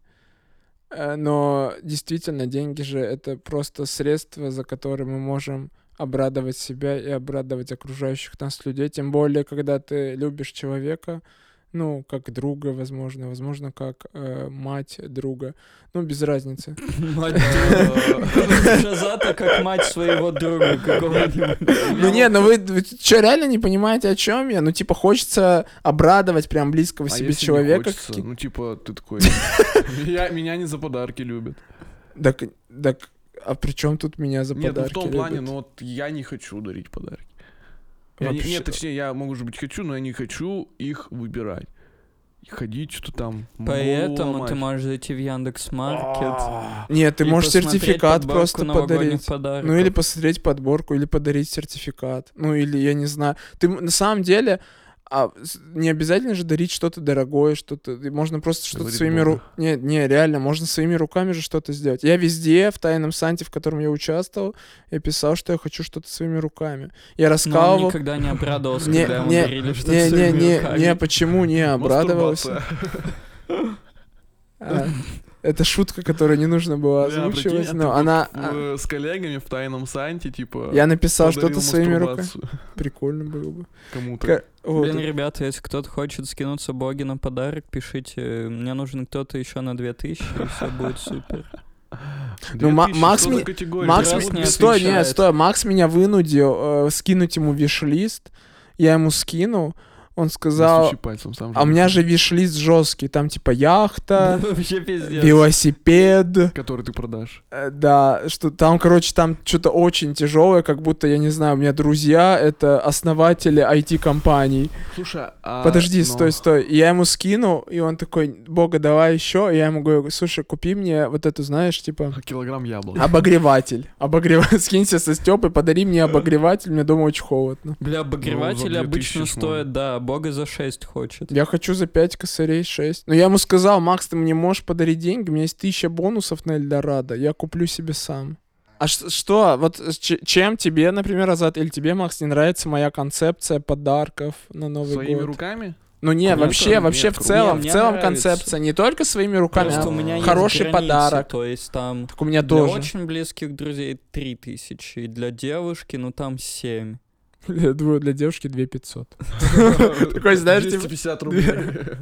Speaker 1: Э, Но действительно, деньги же это просто средство, за которое мы можем обрадовать себя и обрадовать окружающих нас людей. Тем более, когда ты любишь человека, ну, как друга, возможно, возможно, как э, мать друга. Ну, без разницы.
Speaker 2: Мать друга. Видишь, Азата, а как мать своего друга какого-нибудь.
Speaker 1: Ну не, ну вы, что, реально не понимаете, о чем я? Ну, типа, хочется обрадовать прям близкого
Speaker 3: А
Speaker 1: себе
Speaker 3: если не
Speaker 1: человека.
Speaker 3: хочется?
Speaker 1: каки-
Speaker 3: Ну, типа,
Speaker 1: [LAUGHS]
Speaker 3: ты такой, «Я- меня не за подарки любят.
Speaker 1: Так, так, а при чем тут меня за
Speaker 3: Нет, ну, в
Speaker 1: подарки
Speaker 3: том плане,
Speaker 1: любят?
Speaker 3: ну, вот я не хочу дарить подарки. Я не-
Speaker 1: Вообще. э,
Speaker 3: Нет, точнее, я, может быть, хочу, но я не хочу их выбирать. И Ходить, что там. могу
Speaker 2: Поэтому
Speaker 3: ломать.
Speaker 2: ты можешь зайти в Яндекс Маркет.
Speaker 3: А,
Speaker 1: Нет, ты
Speaker 2: и
Speaker 1: можешь
Speaker 2: посмотреть
Speaker 1: сертификат
Speaker 2: подборку
Speaker 1: просто
Speaker 2: новогодних
Speaker 1: подарить.
Speaker 2: подарков.
Speaker 1: Ну или посмотреть подборку, или подарить сертификат. Ну или я не знаю. Ты м- на самом деле а, с- не обязательно же дарить что-то дорогое, что-то. и Можно просто что-то
Speaker 3: Говорит
Speaker 1: своими
Speaker 3: Бог.
Speaker 1: руками. Не, не, реально, можно своими руками же что-то сделать. Я везде, в тайном санте, в котором я участвовал, я писал, что я хочу что-то своими руками. Я
Speaker 2: Но он
Speaker 1: раскалывал.
Speaker 2: никогда не обрадовался,
Speaker 1: Не,
Speaker 2: когда ему
Speaker 1: не,
Speaker 2: дарили что-то
Speaker 1: Не, не,
Speaker 2: своими
Speaker 1: не,
Speaker 2: руками.
Speaker 1: не, почему не обрадовался?
Speaker 3: мастурбация.
Speaker 1: А, Это шутка, которую не нужно было
Speaker 3: Бля, прикинь,
Speaker 1: озвучивать,
Speaker 3: а ты
Speaker 1: но
Speaker 3: вот
Speaker 1: она. а,
Speaker 3: в- С коллегами в тайном санте, типа...
Speaker 1: Я написал
Speaker 3: подарил
Speaker 1: что-то своими руками.
Speaker 3: мастурбацию
Speaker 1: Прикольно было бы.
Speaker 3: Кому-то.
Speaker 1: Ка- вот,
Speaker 2: Блин, ребята, если кто-то хочет скинуться Боги на подарок, пишите. Мне нужен кто-то еще на 2000, и все
Speaker 1: [LAUGHS]
Speaker 2: будет супер.
Speaker 1: Ну, Ма-
Speaker 3: 2000,
Speaker 1: Макс
Speaker 3: что за
Speaker 1: мне-
Speaker 3: категория?
Speaker 1: Макс,
Speaker 2: раз
Speaker 1: ми-
Speaker 2: не
Speaker 1: стой, нет,
Speaker 2: отвечает.
Speaker 1: стой, Макс меня вынудил э, скинуть ему виш-лист, я ему скинул, он сказал,
Speaker 3: Настучи пальцем, сам
Speaker 1: а у меня же виш-лист жесткий, там типа яхта,
Speaker 2: [LAUGHS] Вообще пиздец.
Speaker 1: велосипед,
Speaker 3: Который ты продашь.
Speaker 1: э, да, что там, короче, там что-то очень тяжелое, как будто, я не знаю, у меня друзья, это основатели IT-компаний.
Speaker 3: Слушай, а...
Speaker 1: Подожди,
Speaker 2: ну.
Speaker 3: но-
Speaker 1: стой, стой. И Я ему скинул, и он такой, бога, давай еще. И я ему говорю, слушай, купи мне вот эту, знаешь, типа...
Speaker 3: а, Килограмм яблок.
Speaker 1: Обогреватель. Обогреватель. [LAUGHS] Скинься со Степой, подари мне обогреватель, мне дома очень холодно.
Speaker 2: Бля,
Speaker 3: Ну,
Speaker 2: обогреватели
Speaker 3: за 2000
Speaker 2: обычно
Speaker 3: можно.
Speaker 2: стоят, да, Бога за 6 хочет.
Speaker 1: Я хочу за 5 косарей 6. Но я ему сказал, Макс, ты мне можешь подарить деньги, у меня есть тысяча бонусов на Эльдорадо, я куплю себе сам. А ш- что, вот с че- чем тебе, например, Азат, или тебе, Макс, не нравится моя концепция подарков на Новый
Speaker 3: Своими
Speaker 1: год? [LAUGHS]
Speaker 3: руками?
Speaker 1: Ну не,
Speaker 2: Круто,
Speaker 1: вообще,
Speaker 3: нет,
Speaker 1: вообще в
Speaker 3: круто.
Speaker 1: целом,
Speaker 2: Не,
Speaker 1: в
Speaker 2: мне
Speaker 1: целом
Speaker 2: нравится.
Speaker 1: концепция не только своими руками,
Speaker 2: Просто
Speaker 1: а
Speaker 2: у меня есть
Speaker 1: хороший
Speaker 2: границы,
Speaker 1: подарок.
Speaker 2: То есть там
Speaker 1: Так у меня
Speaker 2: для
Speaker 1: тоже.
Speaker 2: очень близких друзей 3000, и для девушки, ну там 7.
Speaker 1: [LAUGHS] Я думаю, для девушки
Speaker 2: [LAUGHS]
Speaker 1: 2500.
Speaker 3: Такой,
Speaker 1: знаешь, типа-
Speaker 3: 250 рублей.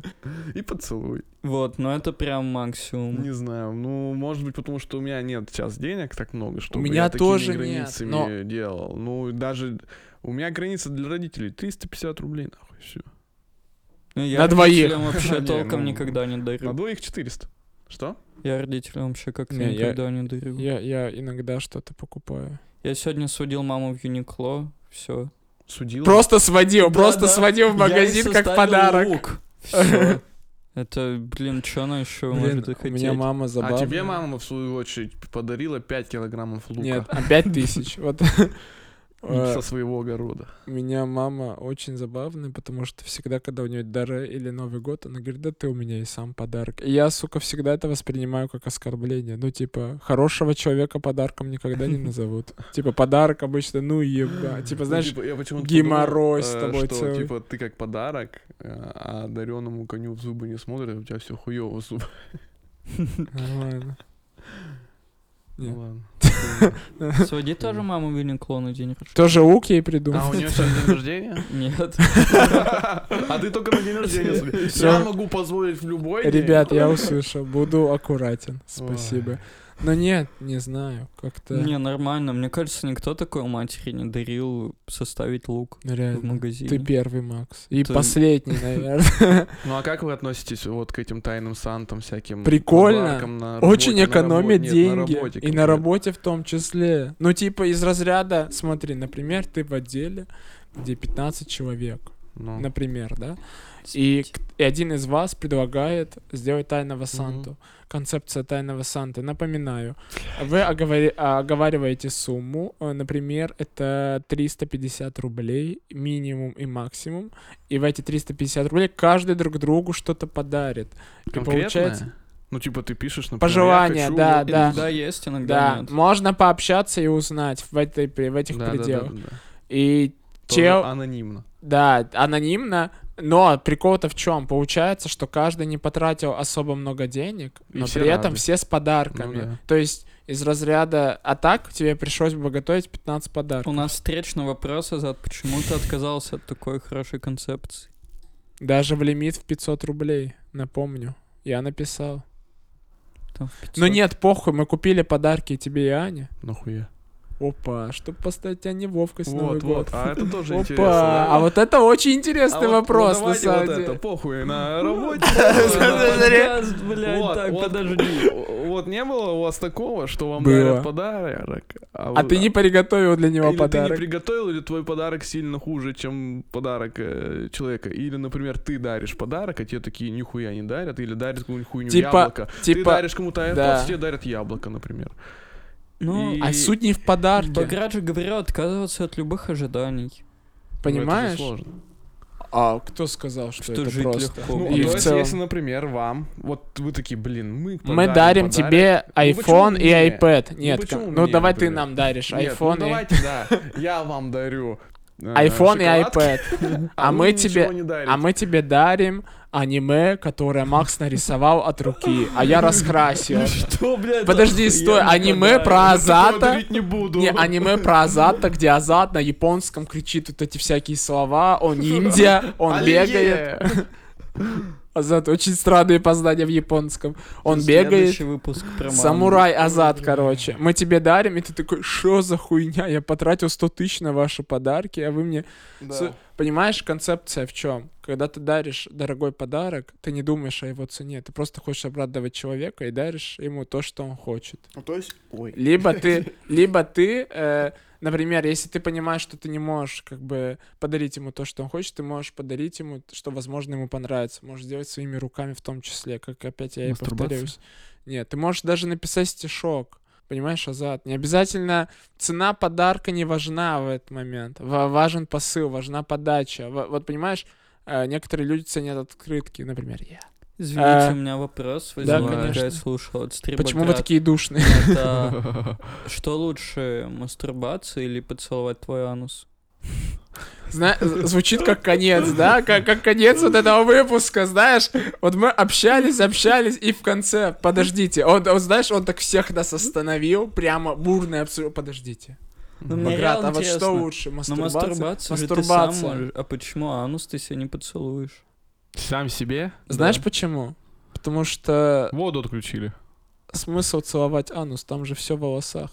Speaker 1: [LAUGHS]
Speaker 3: И поцелуй.
Speaker 2: Вот, но это прям максимум.
Speaker 3: Не знаю, ну, может быть, потому что у меня нет сейчас денег так много, что
Speaker 1: меня
Speaker 3: я такими
Speaker 1: тоже нет,
Speaker 3: границами
Speaker 1: но-
Speaker 3: делал. Ну, и даже у меня граница для родителей 350 рублей, нахуй, все.
Speaker 2: Ну, я
Speaker 1: На двоих. а
Speaker 2: родителям
Speaker 1: [LAUGHS]
Speaker 2: вообще
Speaker 3: Не,
Speaker 2: толком
Speaker 3: ну,
Speaker 2: никогда не
Speaker 3: На
Speaker 2: дарю.
Speaker 3: двоих 400. Что?
Speaker 2: Я родителям вообще как-то
Speaker 1: Не, я-
Speaker 2: никогда не
Speaker 3: Ну.
Speaker 2: дарю.
Speaker 1: Я, я иногда что-то покупаю.
Speaker 2: Я сегодня судил маму в Юникло, все.
Speaker 3: Судил?
Speaker 1: Просто сводил,
Speaker 2: Да,
Speaker 1: просто
Speaker 2: да.
Speaker 1: сводил в магазин как подарок. [LAUGHS]
Speaker 2: Все. Это, блин, что она еще
Speaker 1: Блин,
Speaker 2: может и
Speaker 1: у
Speaker 2: хотеть?
Speaker 1: меня мама
Speaker 3: А
Speaker 1: забавная.
Speaker 3: тебе мама, в свою очередь, подарила 5 килограммов лука.
Speaker 1: Нет, а 5000. Вот. Э,
Speaker 3: [LAUGHS] Со своего огорода.
Speaker 1: У меня мама очень забавная, потому что всегда, когда у нее дары или Новый год, она говорит, да ты у меня и сам подарок. И я, сука, всегда это воспринимаю как оскорбление. Ну, типа, хорошего человека подарком никогда не назовут. Типа, подарок обычно, ну, еба. Типа,
Speaker 3: [LAUGHS] Ну,
Speaker 1: знаешь,
Speaker 3: типа, я почему-то
Speaker 1: геморрой
Speaker 3: подумал,
Speaker 1: с
Speaker 3: э,
Speaker 1: тобой
Speaker 3: что,
Speaker 1: целый.
Speaker 3: Типа, ты как подарок, э, а дареному коню в зубы не смотрят, а у тебя все хуево зубы.
Speaker 1: нормально. Нет.
Speaker 3: Ну
Speaker 1: [LAUGHS]
Speaker 3: ладно.
Speaker 2: [LAUGHS] Своди тоже маму в Юникло на день рождения.
Speaker 1: Тоже лук ей придумал.
Speaker 3: А у нее сегодня день рождения?
Speaker 2: Нет.
Speaker 3: А ты только на день рождения смотри.
Speaker 1: Всё.
Speaker 3: Я могу позволить в любой день.
Speaker 1: Ребят, я услышал, буду аккуратен, спасибо. Но нет, не знаю, как-то...
Speaker 2: [LAUGHS] Не, нормально. Мне кажется, никто такой матери не дарил составить лук
Speaker 1: ну,
Speaker 2: в
Speaker 1: реально.
Speaker 2: магазине.
Speaker 1: Ты первый, Макс. И
Speaker 2: Ты-
Speaker 1: последний,
Speaker 3: [LAUGHS]
Speaker 1: наверное.
Speaker 3: Ну а как вы относитесь вот к этим тайным сантам всяким?
Speaker 1: Прикольно.
Speaker 3: подаркам на работе?
Speaker 1: Очень
Speaker 3: На
Speaker 1: экономят
Speaker 3: работе- нет, на
Speaker 1: деньги.
Speaker 3: работе
Speaker 1: и на
Speaker 3: конкретно.
Speaker 1: работе в том числе. Ну, типа, из разряда, смотри, например, ты в отделе, где 15 человек,
Speaker 3: Ну.
Speaker 1: например, да? И, к- и один из вас предлагает сделать тайного Санту. Концепция тайного Санты. Напоминаю, вы оговори- оговариваете сумму. э, Например, это 350 рублей, минимум и максимум. И в эти 350 рублей каждый друг другу что-то подарит. И
Speaker 3: Конкретное?
Speaker 1: получается...
Speaker 3: Ну типа ты пишешь, например,
Speaker 1: Пожелания,
Speaker 3: я хочу-
Speaker 1: да, да.
Speaker 2: Иногда есть, иногда
Speaker 1: Да,
Speaker 2: нет.
Speaker 1: можно пообщаться и узнать в, этой, при- в этих
Speaker 3: Да, да, да,
Speaker 1: пределах.
Speaker 3: да, да.
Speaker 1: И
Speaker 3: Тоже
Speaker 1: чел,
Speaker 3: Анонимно.
Speaker 1: да, анонимно, но прикол-то в чем? Получается, что каждый не потратил особо много денег,
Speaker 3: И
Speaker 1: но
Speaker 3: все
Speaker 1: при этом
Speaker 3: рады.
Speaker 1: все с подарками.
Speaker 3: Ну да.
Speaker 1: То есть из разряда «А так тебе пришлось бы готовить 15
Speaker 2: У
Speaker 1: подарков».
Speaker 2: нас встречный вопрос, Азат, почему ты отказался от такой хорошей концепции?
Speaker 1: Даже в лимит в 500 рублей, напомню. Я написал.
Speaker 2: Там в 500.
Speaker 1: Ну нет, похуй, мы купили подарки и тебе и Ане.
Speaker 3: Нахуя?
Speaker 1: Опа, а чтобы поставить тебя неловкость в Новый
Speaker 3: Вот,
Speaker 1: год.
Speaker 3: вот. А это тоже
Speaker 1: Опа,
Speaker 3: интересно. да?
Speaker 1: а вот это очень
Speaker 3: А
Speaker 1: интересный
Speaker 3: вот, ну,
Speaker 1: вопрос, на
Speaker 3: давайте
Speaker 1: самом
Speaker 3: вот
Speaker 1: деле.
Speaker 3: это,
Speaker 1: [LAUGHS]
Speaker 3: похуй, на работе. [LAUGHS]
Speaker 2: Подкаст, блядь,
Speaker 3: Вот,
Speaker 2: так,
Speaker 3: вот.
Speaker 2: подожди.
Speaker 3: Вот не было у вас такого, что вам
Speaker 1: Было.
Speaker 3: дарят подарок,
Speaker 1: А
Speaker 3: вы-
Speaker 1: ты не приготовил для него
Speaker 3: или ты не
Speaker 1: подарок.
Speaker 3: приготовил, или твой подарок сильно хуже, чем подарок э, человека. Или, например, ты даришь подарок, а тебе такие нихуя не дарят, или дарят какую-нибудь хуйню
Speaker 1: Типа-
Speaker 3: яблоко. ты
Speaker 1: Типа,
Speaker 3: даришь кому-то AirPods,
Speaker 1: да.
Speaker 3: тебе дарят яблоко, например.
Speaker 2: Ну,
Speaker 3: И-
Speaker 1: а суть не в подарке,
Speaker 2: Баграт же говорил отказываться от любых ожиданий.
Speaker 1: понимаешь?
Speaker 3: Ну, это же сложно.
Speaker 1: А кто сказал, что,
Speaker 2: Что
Speaker 1: это
Speaker 2: жить
Speaker 1: просто?
Speaker 2: легко.
Speaker 3: Ну,
Speaker 2: Ну,
Speaker 3: а
Speaker 1: И
Speaker 3: то
Speaker 1: в
Speaker 3: есть,
Speaker 1: целом-
Speaker 3: если, например, вам, вот вы такие, блин, мы
Speaker 1: Мы
Speaker 3: подарим
Speaker 1: дарим
Speaker 3: подарок,
Speaker 1: тебе iPhone и
Speaker 3: мне?
Speaker 1: iPad. Нет, ну,
Speaker 3: почему
Speaker 1: ну
Speaker 3: мне,
Speaker 1: давай ты
Speaker 3: например?
Speaker 1: нам даришь
Speaker 3: Нет,
Speaker 1: iPhone
Speaker 3: ну
Speaker 1: и А,
Speaker 3: давайте, да. Я вам дарю э,
Speaker 1: iPhone и
Speaker 3: шоколадки, [LAUGHS]
Speaker 1: iPad. А
Speaker 3: вы
Speaker 1: мы
Speaker 3: мне ничего
Speaker 1: тебе,
Speaker 3: не дарите.
Speaker 1: а
Speaker 3: [LAUGHS]
Speaker 1: мы тебе дарим аниме, которое Макс нарисовал от руки, а я
Speaker 3: Ну,
Speaker 1: раскрасил.
Speaker 2: Что, блядь?
Speaker 1: Подожди, стой, аниме про
Speaker 3: Такого
Speaker 1: Азата.
Speaker 3: дарить не буду.
Speaker 1: Не, аниме про Азата, где Азат на японском кричит вот эти всякие слова, он ниндзя, он
Speaker 3: Оливье.
Speaker 1: бегает. Азат очень странные познания в японском. Он бегает,
Speaker 2: Следующий выпуск про маму.
Speaker 1: самурай Азат, короче. Мы тебе дарим, и ты такой, что за хуйня, я потратил 100 тысяч на ваши подарки, а вы мне...
Speaker 3: Да.
Speaker 1: С- Понимаешь, концепция в чем? Когда ты даришь дорогой подарок, ты не думаешь о его цене, ты просто хочешь обрадовать человека и даришь ему то, что он хочет.
Speaker 3: Ну, то есть, ой.
Speaker 1: Либо ты, либо ты, э, например, если ты понимаешь, что ты не можешь как бы подарить ему то, что он хочет, ты можешь подарить ему, т- что, возможно, ему понравится. Можешь сделать своими руками в том числе, как опять я и
Speaker 3: Мастурбация?
Speaker 1: повторяюсь. Нет, ты можешь даже написать стишок. Понимаешь, Азат? Не обязательно цена подарка не важна в этот момент. Ва- важен посыл, важна подача. Ва- вот понимаешь, э, некоторые люди ценят открытки, например, я.
Speaker 2: Извините,
Speaker 1: А,
Speaker 2: у меня вопрос
Speaker 1: да,
Speaker 2: возник, когда
Speaker 1: конечно.
Speaker 2: я слушал от стрима.
Speaker 1: Почему вы такие душные?
Speaker 3: [LAUGHS]
Speaker 2: Это что лучше, мастурбация или поцеловать твой анус?
Speaker 1: Зна- з- звучит как конец, да? Как, как конец вот этого выпуска, знаешь? Вот мы общались, общались, и в конце, подождите. Он, он, знаешь, он так всех нас остановил, прямо бурное абсолютно. Подождите.
Speaker 2: Ну, мне
Speaker 1: Баграт,
Speaker 2: реально
Speaker 1: а вот что
Speaker 2: интересно.
Speaker 1: лучше,
Speaker 2: Ну,
Speaker 1: мастурбация?
Speaker 2: мастурбацию же ты сам
Speaker 1: Мастурбация.
Speaker 2: можешь. А почему анус ты себя не поцелуешь?
Speaker 3: Сам себе
Speaker 1: Знаешь
Speaker 2: Да.
Speaker 1: почему? Потому что
Speaker 3: воду отключили.
Speaker 1: смысл целовать анус, там же все в волосах.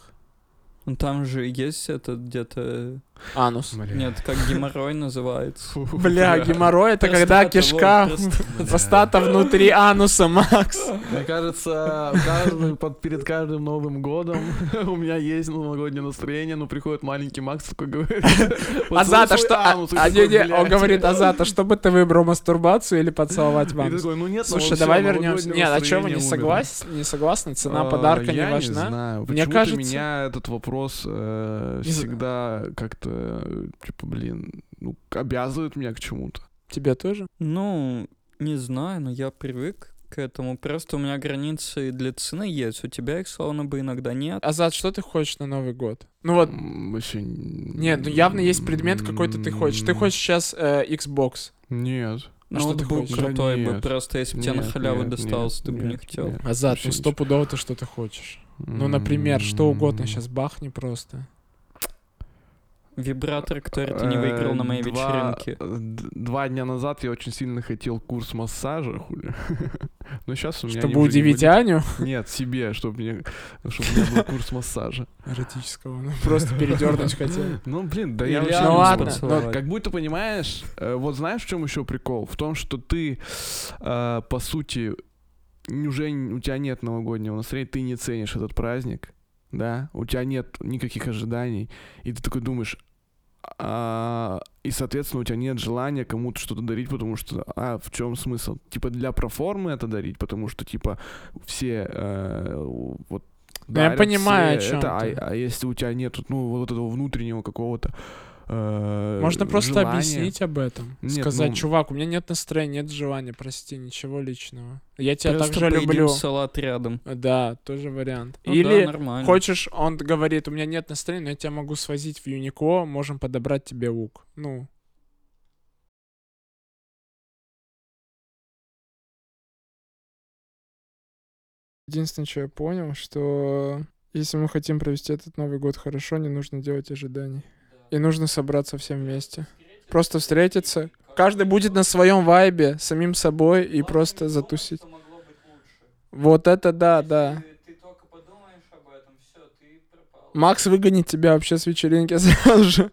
Speaker 2: Ну, там же есть это где-то...
Speaker 1: Анус.
Speaker 2: Нет, как геморрой называется.
Speaker 1: Бля, геморрой это когда
Speaker 2: Простата,
Speaker 1: кишка,
Speaker 2: вот, простата.
Speaker 1: простата внутри ануса, Макс.
Speaker 3: Мне кажется, каждый, под, перед каждым Новым годом [LAUGHS] у меня есть новогоднее настроение, но приходит маленький Макс
Speaker 1: [LAUGHS]
Speaker 3: такой говорит.
Speaker 1: Азата,
Speaker 3: «Поцелуй
Speaker 1: что... а-
Speaker 3: анус», и
Speaker 1: а,
Speaker 3: ну, такой,
Speaker 1: не-не, он
Speaker 3: «Блядь».
Speaker 1: говорит, Азата, что бы ты выбрал, мастурбацию или поцеловать
Speaker 3: И ты
Speaker 1: вам?
Speaker 3: такой, ну нет,
Speaker 1: Слушай, давай вернемся. Нет, о чем вы не согласны? Не согласны? Цена подарка не
Speaker 3: А, я
Speaker 1: важна.
Speaker 3: не знаю.
Speaker 1: Мне
Speaker 3: Почему-то
Speaker 1: кажется-
Speaker 3: меня этот вопрос э,
Speaker 1: Не знаю.
Speaker 3: всегда как-то, э, типа, блин, ну, обязывает меня к чему-то.
Speaker 1: Тебя тоже?
Speaker 2: Ну, не знаю, но я привык к этому. Просто у меня границы для цены есть. У тебя их, словно бы, иногда
Speaker 3: А
Speaker 2: нет.
Speaker 1: Азат, что ты хочешь на Новый год? Ну вот,
Speaker 3: М, Вообще...
Speaker 1: нет, ну явно есть предмет какой-то ты хочешь. Ты хочешь сейчас Xbox.
Speaker 3: Нет.
Speaker 1: А что ты
Speaker 2: Ноутбук
Speaker 1: хочешь?
Speaker 2: крутой
Speaker 3: Да
Speaker 2: бы,
Speaker 3: нет,
Speaker 2: просто если бы тебе на
Speaker 3: нет,
Speaker 2: халяву
Speaker 3: нет,
Speaker 2: достался,
Speaker 3: нет,
Speaker 2: ты бы не
Speaker 3: нет,
Speaker 2: хотел.
Speaker 3: нет.
Speaker 1: Азат,
Speaker 3: Вообще
Speaker 1: ну
Speaker 3: ничего.
Speaker 1: стопудово ты что-то хочешь. Ну, например, что угодно
Speaker 3: М.
Speaker 1: сейчас бахни просто.
Speaker 2: Вибратор, который ты не выиграл на моей
Speaker 3: Э, два-
Speaker 2: вечеринке.
Speaker 3: э, д- Два дня назад я очень сильно хотел курс массажа, хули. [LAUGHS] Но сейчас у меня... они
Speaker 1: Чтобы
Speaker 3: уже не
Speaker 1: удивить а?
Speaker 3: были. [LAUGHS]
Speaker 1: Аню.
Speaker 3: Нет, себе, чтобы мне, чтобы у меня был курс массажа.
Speaker 1: Эротического. Ну, просто
Speaker 3: [LAUGHS]
Speaker 1: передернуть хотел.
Speaker 3: Ну, блин, да
Speaker 2: Или
Speaker 3: я... вообще
Speaker 2: анус
Speaker 1: Ну
Speaker 3: не
Speaker 1: ладно,
Speaker 3: знаю.
Speaker 2: поцеловать.
Speaker 3: Как будто понимаешь, э, вот знаешь, в чем еще прикол? В том, что ты, э, по сути, н- уже н- у тебя нет новогоднего настроения, ты не ценишь этот праздник, да? У тебя нет никаких ожиданий, и ты такой думаешь, а, и, соответственно, у тебя нет желания кому-то что-то дарить, потому что, а, в чем смысл? Типа для проформы это дарить, потому что, типа, все э, вот
Speaker 1: Да я
Speaker 3: дарят,
Speaker 1: понимаю,
Speaker 3: все
Speaker 1: о чём
Speaker 3: это,
Speaker 1: ты.
Speaker 3: а, а если у тебя нет, ну, вот этого внутреннего какого-то э,
Speaker 1: Можно просто
Speaker 3: желания-
Speaker 1: объяснить об этом.
Speaker 3: Нет,
Speaker 1: Сказать,
Speaker 3: ну-
Speaker 1: чувак, у меня нет настроения, нет желания, прости, ничего личного. Я тебя
Speaker 2: Просто
Speaker 1: так же
Speaker 2: поедим
Speaker 1: люблю.
Speaker 2: салат рядом.
Speaker 1: Да, тоже вариант.
Speaker 2: Ну да,
Speaker 1: Или
Speaker 2: нормально.
Speaker 1: хочешь, он говорит, у меня нет настроения, но я тебя могу свозить в Юнико, можем подобрать тебе лук. Ну, Единственное, что я понял, что если мы хотим провести этот Новый год хорошо, не нужно делать ожиданий. И нужно собраться всем вместе. Просто встретиться. Каждый будет на своем вайбе, самим собой, и просто затусить. Вот это да, да. Макс выгонит тебя вообще с вечеринки [LAUGHS] сразу же.